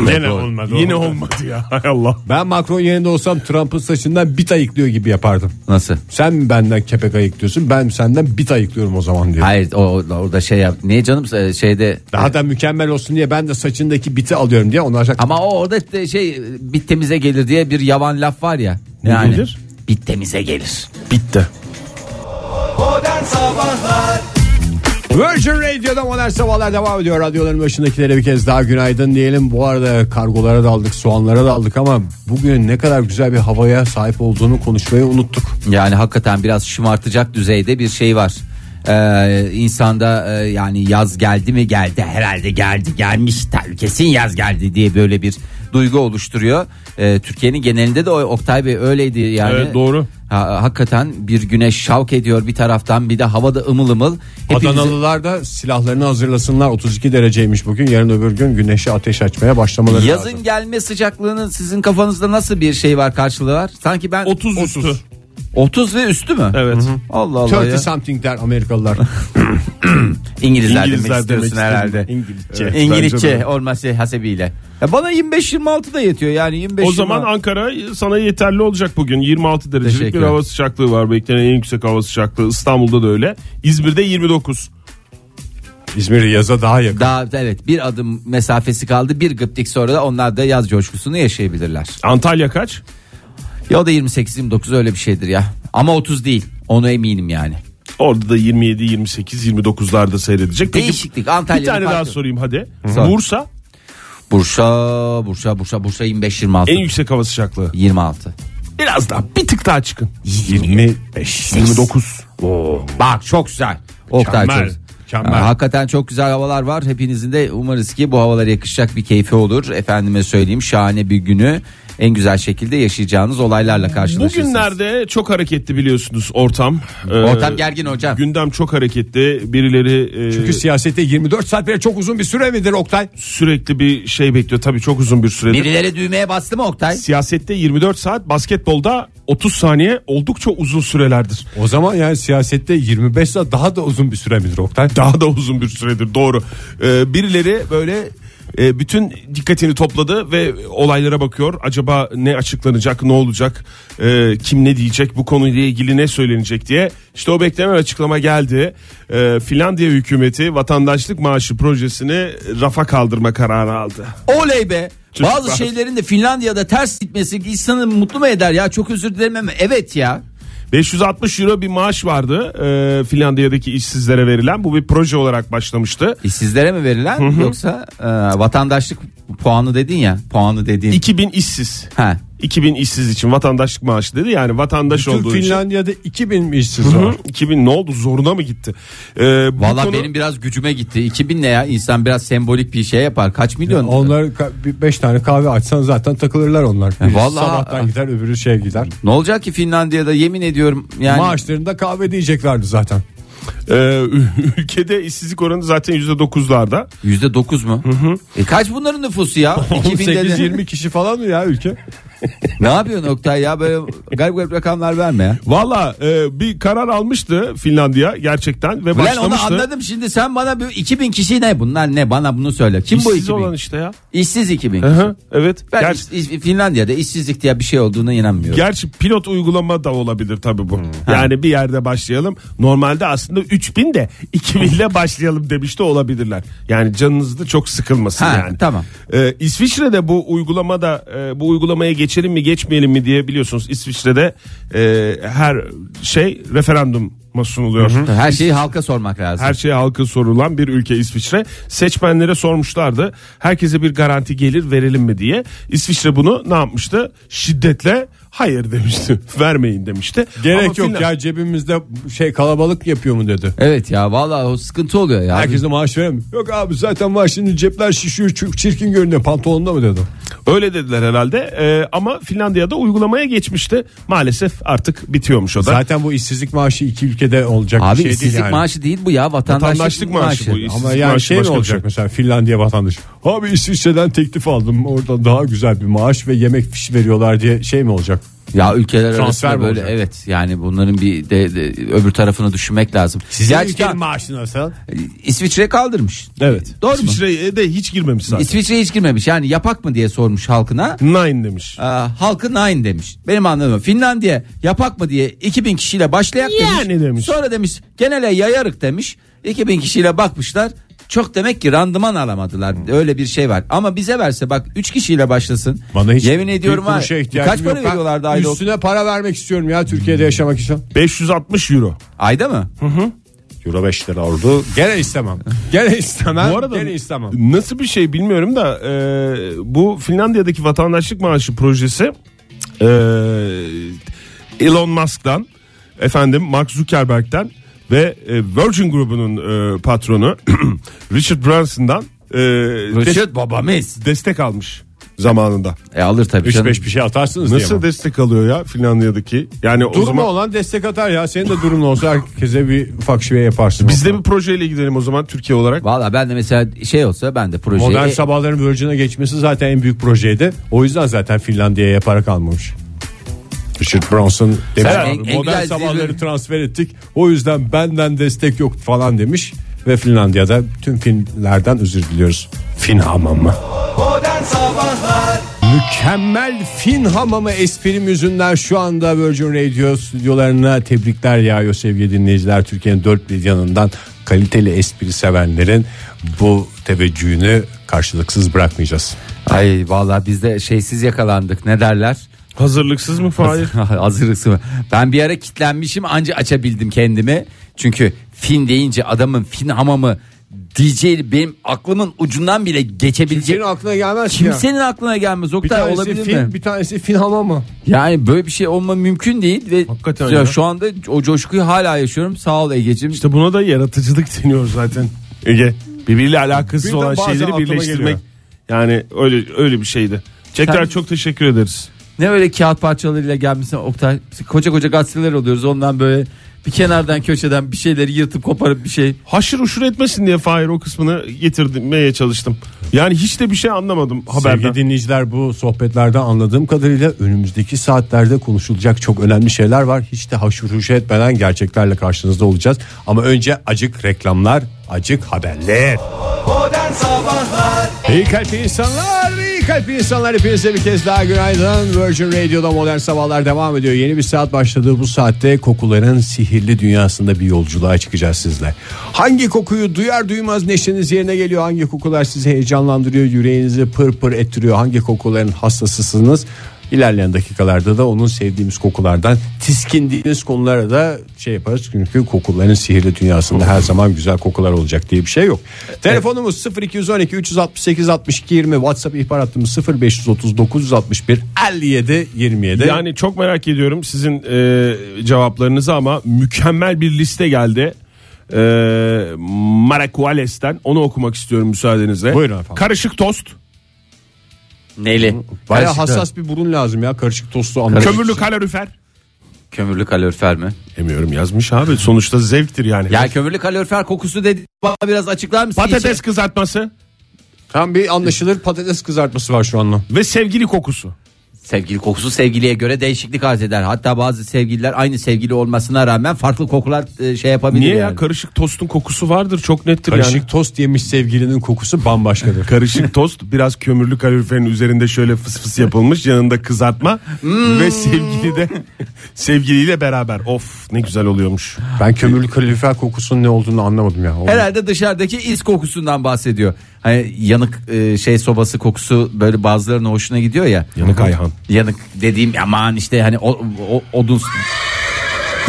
[SPEAKER 5] Gene olmadı. Yine olmadı ya. Hay Allah.
[SPEAKER 3] Ben Macron yerinde olsam Trump'ın saçından bit ayıklıyor gibi yapardım.
[SPEAKER 4] Nasıl?
[SPEAKER 3] Sen mi benden kepek ayıklıyorsun ben senden bit ayıklıyorum o zaman diyor.
[SPEAKER 4] Hayır o o- orada şey yap. Niye canım Ee, şeyde
[SPEAKER 3] Daha da mükemmel olsun diye ben de saçındaki biti alıyorum diye onlar
[SPEAKER 4] ama o orada de şey bit temize gelir diye bir yavan laf var ya.
[SPEAKER 5] Ne gelir?
[SPEAKER 4] Bit temize gelir.
[SPEAKER 5] Bitti.
[SPEAKER 2] Modern Sabahlar
[SPEAKER 3] Virgin Radio'da modern sabahlar devam ediyor. Radyoların başındakilere bir kez daha günaydın diyelim. Bu arada kargolara daldık, soğanlara daldık ama bugün ne kadar güzel bir havaya sahip olduğunu konuşmayı unuttuk.
[SPEAKER 4] Yani hakikaten biraz şımartacak düzeyde bir şey var. Ee, insanda e, yani yaz geldi mi geldi herhalde geldi gelmiş tabii kesin yaz geldi diye böyle bir duygu oluşturuyor. Ee, Türkiye'nin genelinde de o Oktay Bey öyleydi yani.
[SPEAKER 5] Evet, doğru.
[SPEAKER 4] Ha- hakikaten bir güneş şavk ediyor bir taraftan bir de havada ımıl ımıl. Hepinizi-
[SPEAKER 3] Adanalılar da silahlarını hazırlasınlar. 32 dereceymiş bugün. Yarın öbür gün güneşe ateş açmaya başlamaları lazım.
[SPEAKER 4] Yazın gelme sıcaklığının sizin kafanızda nasıl bir şey var karşılığı var? Sanki ben
[SPEAKER 5] 30 üstü.
[SPEAKER 4] 30 ve üstü mü?
[SPEAKER 5] Evet.
[SPEAKER 4] Allah Allah
[SPEAKER 3] 30
[SPEAKER 4] ya.
[SPEAKER 3] something der Amerikalılar.
[SPEAKER 4] İngilizler,
[SPEAKER 5] İngilizler
[SPEAKER 4] demek istiyorsun
[SPEAKER 5] demek istedim.
[SPEAKER 4] herhalde.
[SPEAKER 5] İngilizce.
[SPEAKER 4] Evet,
[SPEAKER 5] Evet, bence
[SPEAKER 4] İngilizce
[SPEAKER 5] de.
[SPEAKER 4] olması hasebiyle. Ya bana 25-26 da yetiyor yani 25
[SPEAKER 5] O zaman Ankara sana yeterli olacak bugün. 26 derecelik
[SPEAKER 4] Teşekkür
[SPEAKER 5] bir
[SPEAKER 4] ederim.
[SPEAKER 5] hava sıcaklığı var. Beklenen en yüksek hava sıcaklığı. İstanbul'da da öyle. İzmir'de 29.
[SPEAKER 3] İzmir yaza daha yakın.
[SPEAKER 4] daha evet bir adım mesafesi kaldı. Bir gıptik sonra da onlar da yaz coşkusunu yaşayabilirler.
[SPEAKER 5] Antalya kaç?
[SPEAKER 4] Ya o da 28-29 öyle bir şeydir ya. Ama 30 değil. Onu eminim yani.
[SPEAKER 5] Orada da 27, 28, 29'larda seyredecek. Peki,
[SPEAKER 4] Değişiklik
[SPEAKER 5] Bir
[SPEAKER 4] Antalya'da.
[SPEAKER 5] tane daha sorayım hadi.
[SPEAKER 4] Sor.
[SPEAKER 5] Bursa
[SPEAKER 4] Bursa, Bursa, Bursa, Bursa 25-26.
[SPEAKER 5] en yüksek hava sıcaklığı.
[SPEAKER 4] 26.
[SPEAKER 5] Biraz daha bir tık daha çıkın.
[SPEAKER 3] 25.
[SPEAKER 5] 29.
[SPEAKER 4] Bak çok güzel. Oktay
[SPEAKER 5] Mükemmel,
[SPEAKER 4] çok-
[SPEAKER 5] mükemmel.
[SPEAKER 4] Ha, Hakikaten çok güzel havalar var. Hepinizin de umarız ki bu havalara yakışacak bir keyfi olur. Efendime söyleyeyim şahane bir günü en güzel şekilde yaşayacağınız olaylarla karşılaşırsınız.
[SPEAKER 5] Bugünlerde çok hareketli biliyorsunuz ortam. Ee,
[SPEAKER 4] Ortam gergin hocam.
[SPEAKER 5] Gündem çok hareketli. Birileri e,
[SPEAKER 3] Çünkü siyasette 24 saat bile çok uzun bir süre midir Oktay?
[SPEAKER 5] sürekli bir şey bekliyor. Tabii çok uzun bir süredir.
[SPEAKER 4] Birileri düğmeye bastı mı Oktay?
[SPEAKER 5] Siyasette 24 saat, basketbolda 30 saniye oldukça uzun sürelerdir.
[SPEAKER 3] O zaman yani siyasette 25 saat daha da uzun bir süre midir Oktay?
[SPEAKER 5] Daha da uzun bir süredir doğru. Ee, birileri böyle e, bütün dikkatini topladı ve olaylara bakıyor. Acaba ne açıklanacak, ne olacak, e, kim ne diyecek, bu konuyla ilgili ne söylenecek diye. İşte o beklenen açıklama geldi. Ee, Finlandiya hükümeti vatandaşlık maaşı projesini rafa kaldırma kararı aldı.
[SPEAKER 4] Oley be.
[SPEAKER 5] Çocuklar.
[SPEAKER 4] Bazı şeylerin de Finlandiya'da ters gitmesi insanı mutlu mu eder ya? Çok özür dilerim ama evet ya.
[SPEAKER 5] 560 euro bir maaş vardı e, Finlandiya'daki işsizlere verilen. Bu bir proje olarak başlamıştı.
[SPEAKER 4] İşsizlere E, mi verilen yoksa e, vatandaşlık puanı dedin ya. Puanı dediğin.
[SPEAKER 5] 2000 işsiz.
[SPEAKER 4] Ha.
[SPEAKER 5] 2000 işsiz için vatandaşlık maaşı dedi. Yani vatandaş
[SPEAKER 3] Tüm
[SPEAKER 5] olduğu
[SPEAKER 3] Finlandiya'da 2000 mi işsiz
[SPEAKER 5] için.
[SPEAKER 3] var?
[SPEAKER 5] Hı, 2000 ne oldu zoruna mı gitti? Ee, bu
[SPEAKER 4] Valla
[SPEAKER 5] konu-
[SPEAKER 4] benim biraz gücüme gitti. 2000 ne ya? İnsan biraz sembolik bir şey yapar. Kaç milyon?
[SPEAKER 3] Onlar 5 tane kahve açsan zaten takılırlar onlar. Birisi
[SPEAKER 4] E, vallahi-
[SPEAKER 3] sabahtan gider öbürü şey gider.
[SPEAKER 4] Ne olacak ki Finlandiya'da yemin ediyorum yani.
[SPEAKER 3] Maaşlarında kahve diyeceklerdi zaten.
[SPEAKER 5] Ee, ülkede işsizlik oranı zaten %9'larda.
[SPEAKER 4] Yüzde dokuz mu? E kaç bunların nüfusu ya? 2000'de de-
[SPEAKER 3] 18-20 kişi falan mı ya ülke?
[SPEAKER 4] ne yapıyorsun Oktay ya böyle garip garip rakamlar verme ya.
[SPEAKER 5] Valla e, bir karar almıştı Finlandiya gerçekten ve
[SPEAKER 4] Ben onu
[SPEAKER 5] başlamıştı.
[SPEAKER 4] anladım şimdi sen bana bir 2000 kişi ne bunlar ne bana bunu söyle. Kim bu
[SPEAKER 5] İşsiz
[SPEAKER 4] 2000?
[SPEAKER 5] olan işte ya.
[SPEAKER 4] İşsiz 2000.
[SPEAKER 5] Hı hı, evet.
[SPEAKER 4] Ben
[SPEAKER 5] Ger-
[SPEAKER 4] iş- iş- Finlandiya'da işsizlik diye bir şey olduğuna inanmıyorum.
[SPEAKER 5] Gerçi pilot uygulama da olabilir tabii
[SPEAKER 4] Hmm.
[SPEAKER 5] bu. Yani bir yerde başlayalım. Normalde aslında 3000 de 2000 ile başlayalım demiş de olabilirler. Yani canınız da çok sıkılmasın
[SPEAKER 4] Ha,
[SPEAKER 5] yani.
[SPEAKER 4] tamam.
[SPEAKER 5] Ee, İsviçre'de bu uygulamada e, bu uygulamaya geçelim mi geçmeyelim mi diye biliyorsunuz İsviçre'de e, her şey referanduma sunuluyor.
[SPEAKER 4] Her şeyi halka sormak lazım.
[SPEAKER 5] Her şeye halka sorulan bir ülke İsviçre. Seçmenlere sormuşlardı. Herkese bir garanti gelir verelim mi diye. İsviçre bunu ne yapmıştı? Şiddetle hayır demişti. Vermeyin demişti.
[SPEAKER 3] Gerek
[SPEAKER 5] Ama
[SPEAKER 3] yok
[SPEAKER 5] Finland-
[SPEAKER 3] ya cebimizde şey kalabalık yapıyor mu dedi.
[SPEAKER 4] Evet ya vallahi o sıkıntı oluyor ya.
[SPEAKER 3] Herkese maaş veremiyor. Yok abi zaten maaş şimdi cepler şişiyor çok çirkin görünüyor pantolonda mı dedi.
[SPEAKER 5] Öyle dediler herhalde. Ee, ama Finlandiya'da uygulamaya geçmişti. Maalesef artık bitiyormuş o da.
[SPEAKER 3] Zaten bu işsizlik maaşı iki ülkede olacak
[SPEAKER 4] Abi
[SPEAKER 3] bir şey
[SPEAKER 4] işsizlik
[SPEAKER 3] değil yani.
[SPEAKER 4] maaşı değil bu ya vatandaşlık,
[SPEAKER 5] Vatandaşlık maaşı bu.
[SPEAKER 3] Ama
[SPEAKER 5] İşsizlik
[SPEAKER 3] yani
[SPEAKER 5] maaşı
[SPEAKER 3] şey mi
[SPEAKER 5] başka bir
[SPEAKER 3] olacak
[SPEAKER 5] şey.
[SPEAKER 3] mesela Finlandiya vatandaşı. Abi İsviçre'den teklif aldım orada daha güzel bir maaş ve yemek fişi veriyorlar diye şey mi olacak?
[SPEAKER 4] Ya ülkeler
[SPEAKER 5] Transfer mi
[SPEAKER 4] arasında böyle
[SPEAKER 5] olacak?
[SPEAKER 4] evet yani bunların bir de, de öbür tarafını düşünmek lazım.
[SPEAKER 7] Sizin
[SPEAKER 4] Gerçekten
[SPEAKER 7] ülkenin maaşı nasıl?
[SPEAKER 4] İsviçre kaldırmış.
[SPEAKER 5] Evet.
[SPEAKER 4] Doğru mu?
[SPEAKER 5] İsviçre'ye şey de hiç girmemiş zaten.
[SPEAKER 4] İsviçre hiç girmemiş yani yapak mı diye sormuş halkına.
[SPEAKER 5] Nine demiş.
[SPEAKER 4] Ee, halkı nine demiş. Benim anladığım Finlandiya yapak mı diye 2000 kişiyle başlayak demiş.
[SPEAKER 5] Yani demiş.
[SPEAKER 4] Sonra demiş genele yayarık demiş. 2000 kişiyle bakmışlar. Çok demek ki randıman alamadılar. Öyle bir şey var. Ama bize verse bak 3 kişiyle başlasın.
[SPEAKER 7] Bana hiç
[SPEAKER 4] Yemin ediyorum
[SPEAKER 7] bir
[SPEAKER 4] ha.
[SPEAKER 7] kuruşa ihtiyacım
[SPEAKER 4] Kaç para
[SPEAKER 7] yok. Ben
[SPEAKER 4] veriyorlardı ayda? o-
[SPEAKER 3] Üstüne para vermek istiyorum ya Türkiye'de yaşamak için.
[SPEAKER 5] 560 euro.
[SPEAKER 4] Ayda mı?
[SPEAKER 7] Euro 5 lira oldu. Gene istemem. Gene istemem.
[SPEAKER 5] Bu arada
[SPEAKER 7] Gene istemem.
[SPEAKER 5] nasıl bir şey bilmiyorum da e, bu Finlandiya'daki vatandaşlık maaşı projesi e, Elon Musk'tan efendim Mark Zuckerberg'ten ve e, Virgin grubunun e, patronu Richard Branson'dan e, des-
[SPEAKER 4] Rüşet babamız.
[SPEAKER 5] destek almış zamanında.
[SPEAKER 4] E alır tabii
[SPEAKER 7] 3-5
[SPEAKER 4] canım.
[SPEAKER 7] bir şey atarsınız diye
[SPEAKER 5] Nasıl
[SPEAKER 7] mi?
[SPEAKER 5] destek alıyor ya Finlandiya'daki? Yani o
[SPEAKER 3] Durumu
[SPEAKER 5] zaman
[SPEAKER 3] olan destek atar ya. Senin de durumun olsa herkese bir ufak şive yaparsın.
[SPEAKER 5] biz de bir projeyle gidelim o zaman Türkiye olarak.
[SPEAKER 4] Valla ben de mesela şey olsa ben de projeyi...
[SPEAKER 3] Modern
[SPEAKER 5] şey-
[SPEAKER 3] sabahların Virgin'e geçmesi zaten en büyük projeydi. O yüzden zaten Finlandiya'ya para kalmamış. Richard Branson demiş.
[SPEAKER 4] Sen
[SPEAKER 3] abi,
[SPEAKER 4] en- en
[SPEAKER 3] modern
[SPEAKER 4] güzel
[SPEAKER 3] sabahları
[SPEAKER 4] zirve-
[SPEAKER 3] transfer ettik. O yüzden benden destek yok falan demiş. Ve Finlandiya'da tüm Finlerden özür diliyoruz. Fin hamamı.
[SPEAKER 2] Modern Sabahlar
[SPEAKER 3] Mükemmel Fin hamamı esprim yüzünden şu anda Virgin Radio stüdyolarına tebrikler yağıyor sevgili dinleyiciler. Türkiye'nin dört bir yanından kaliteli espri sevenlerin bu teveccühünü karşılıksız bırakmayacağız.
[SPEAKER 4] Ay valla biz de şeysiz yakalandık ne derler?
[SPEAKER 5] Hazırlıksız mı Fahir?
[SPEAKER 4] Hazır ısınma. Ben bir ara kitlenmişim anca açabildim kendimi. Çünkü fin deyince adamın fin hamamı diyeceği benim aklımın ucundan bile geçebilecek.
[SPEAKER 3] Senin aklına gelmez ki ya.
[SPEAKER 4] Kimsenin aklına gelmez
[SPEAKER 3] Bir
[SPEAKER 4] Oktay
[SPEAKER 3] tanesi,
[SPEAKER 4] olabilir
[SPEAKER 3] fin,
[SPEAKER 4] mi?
[SPEAKER 3] bir tanesi fin hamamı.
[SPEAKER 4] Yani böyle bir şey olma mümkün değil ve
[SPEAKER 5] Hakikaten
[SPEAKER 4] ya
[SPEAKER 5] ya.
[SPEAKER 4] şu anda o coşkuyu hala yaşıyorum. Sağ ol Ege'cim.
[SPEAKER 5] İşte buna da yaratıcılık deniyor zaten. Ege birbiriyle alakasız
[SPEAKER 3] Birden
[SPEAKER 5] olan
[SPEAKER 3] bazen
[SPEAKER 5] şeyleri
[SPEAKER 3] aklıma
[SPEAKER 5] birleştirmek.
[SPEAKER 3] geliyor.
[SPEAKER 5] Yani öyle öyle bir şeydi. Tekrar
[SPEAKER 4] Sen-
[SPEAKER 5] çok teşekkür ederiz.
[SPEAKER 4] Ne öyle kağıt parçalarıyla gelmişsin Oktay. Biz Koca koca gazeteler oluyoruz ondan böyle bir kenardan köşeden bir şeyleri yırtıp koparıp bir şey.
[SPEAKER 5] Haşır uşur etmesin diye Fahir o kısmını getirmeye çalıştım. Yani hiç de bir şey anlamadım haberden.
[SPEAKER 3] Sevgili dinleyiciler bu sohbetlerde anladığım kadarıyla önümüzdeki saatlerde konuşulacak çok önemli şeyler var. Hiç de haşır huşur etmeden gerçeklerle karşınızda olacağız. Ama önce acık reklamlar, acık haberler.
[SPEAKER 2] Modern Sabahlar
[SPEAKER 3] İyi kalp insanlar, iyi kalp insanlar hepinize bir kez daha günaydın. Virgin Radio'da modern sabahlar devam ediyor. Yeni bir saat başladı. Bu saatte kokuların sihirli dünyasında bir yolculuğa çıkacağız sizle. Hangi kokuyu duyar duymaz neşeniz yerine geliyor? Hangi kokular sizi heyecanlandırıyor, yüreğinizi pır pır ettiriyor? Hangi kokuların hastasısınız? İlerleyen dakikalarda da onun sevdiğimiz kokulardan tiskindiğiniz konulara da şey yaparız. Çünkü kokuların sihirli dünyasında her zaman güzel kokular olacak diye bir şey yok. Telefonumuz 0212 368 62 20 WhatsApp ihbar hattımız 0530 961 57 27.
[SPEAKER 5] Yani çok merak ediyorum sizin e, cevaplarınızı ama mükemmel bir liste geldi. E, Maracuales'ten onu okumak istiyorum müsaadenizle.
[SPEAKER 3] Buyurun efendim.
[SPEAKER 5] Karışık tost,
[SPEAKER 4] Neyli?
[SPEAKER 3] Baya
[SPEAKER 4] Karışıklı.
[SPEAKER 3] hassas bir burun lazım ya karışık tostu anlamak.
[SPEAKER 4] Karışık-
[SPEAKER 5] kömürlü kalorifer.
[SPEAKER 4] Kömürlü kalorifer mi?
[SPEAKER 5] Demiyorum yazmış abi sonuçta zevktir yani.
[SPEAKER 4] Ya kömürlü kalorifer kokusu dedi. Bana biraz açıklar mısın?
[SPEAKER 5] Patates
[SPEAKER 4] İçi-
[SPEAKER 5] kızartması
[SPEAKER 3] Tam bir anlaşılır patates kızartması var şu anda.
[SPEAKER 5] ve sevgili kokusu.
[SPEAKER 4] Sevgili kokusu sevgiliye göre değişiklik arz eder. Hatta bazı sevgililer aynı sevgili olmasına rağmen farklı kokular e, şey yapabilir.
[SPEAKER 5] Niye
[SPEAKER 4] yani.
[SPEAKER 5] ya karışık tostun kokusu vardır çok nettir
[SPEAKER 3] Karışık
[SPEAKER 5] yani.
[SPEAKER 3] tost yemiş sevgilinin kokusu bambaşkadır.
[SPEAKER 5] Karışık tost biraz kömürlü kaloriferin üzerinde şöyle fıs fıs yapılmış yanında kızartma ve sevgili de sevgiliyle beraber of ne güzel oluyormuş.
[SPEAKER 3] ben kömürlü kalorifer kokusunun ne olduğunu anlamadım ya. O-
[SPEAKER 4] Herhalde dışarıdaki is kokusundan bahsediyor. Hani yanık e, şey sobası kokusu böyle bazılarına hoşuna gidiyor ya.
[SPEAKER 5] Yanık Ayhan.
[SPEAKER 4] Yanık dediğim aman işte hani o, o- odun.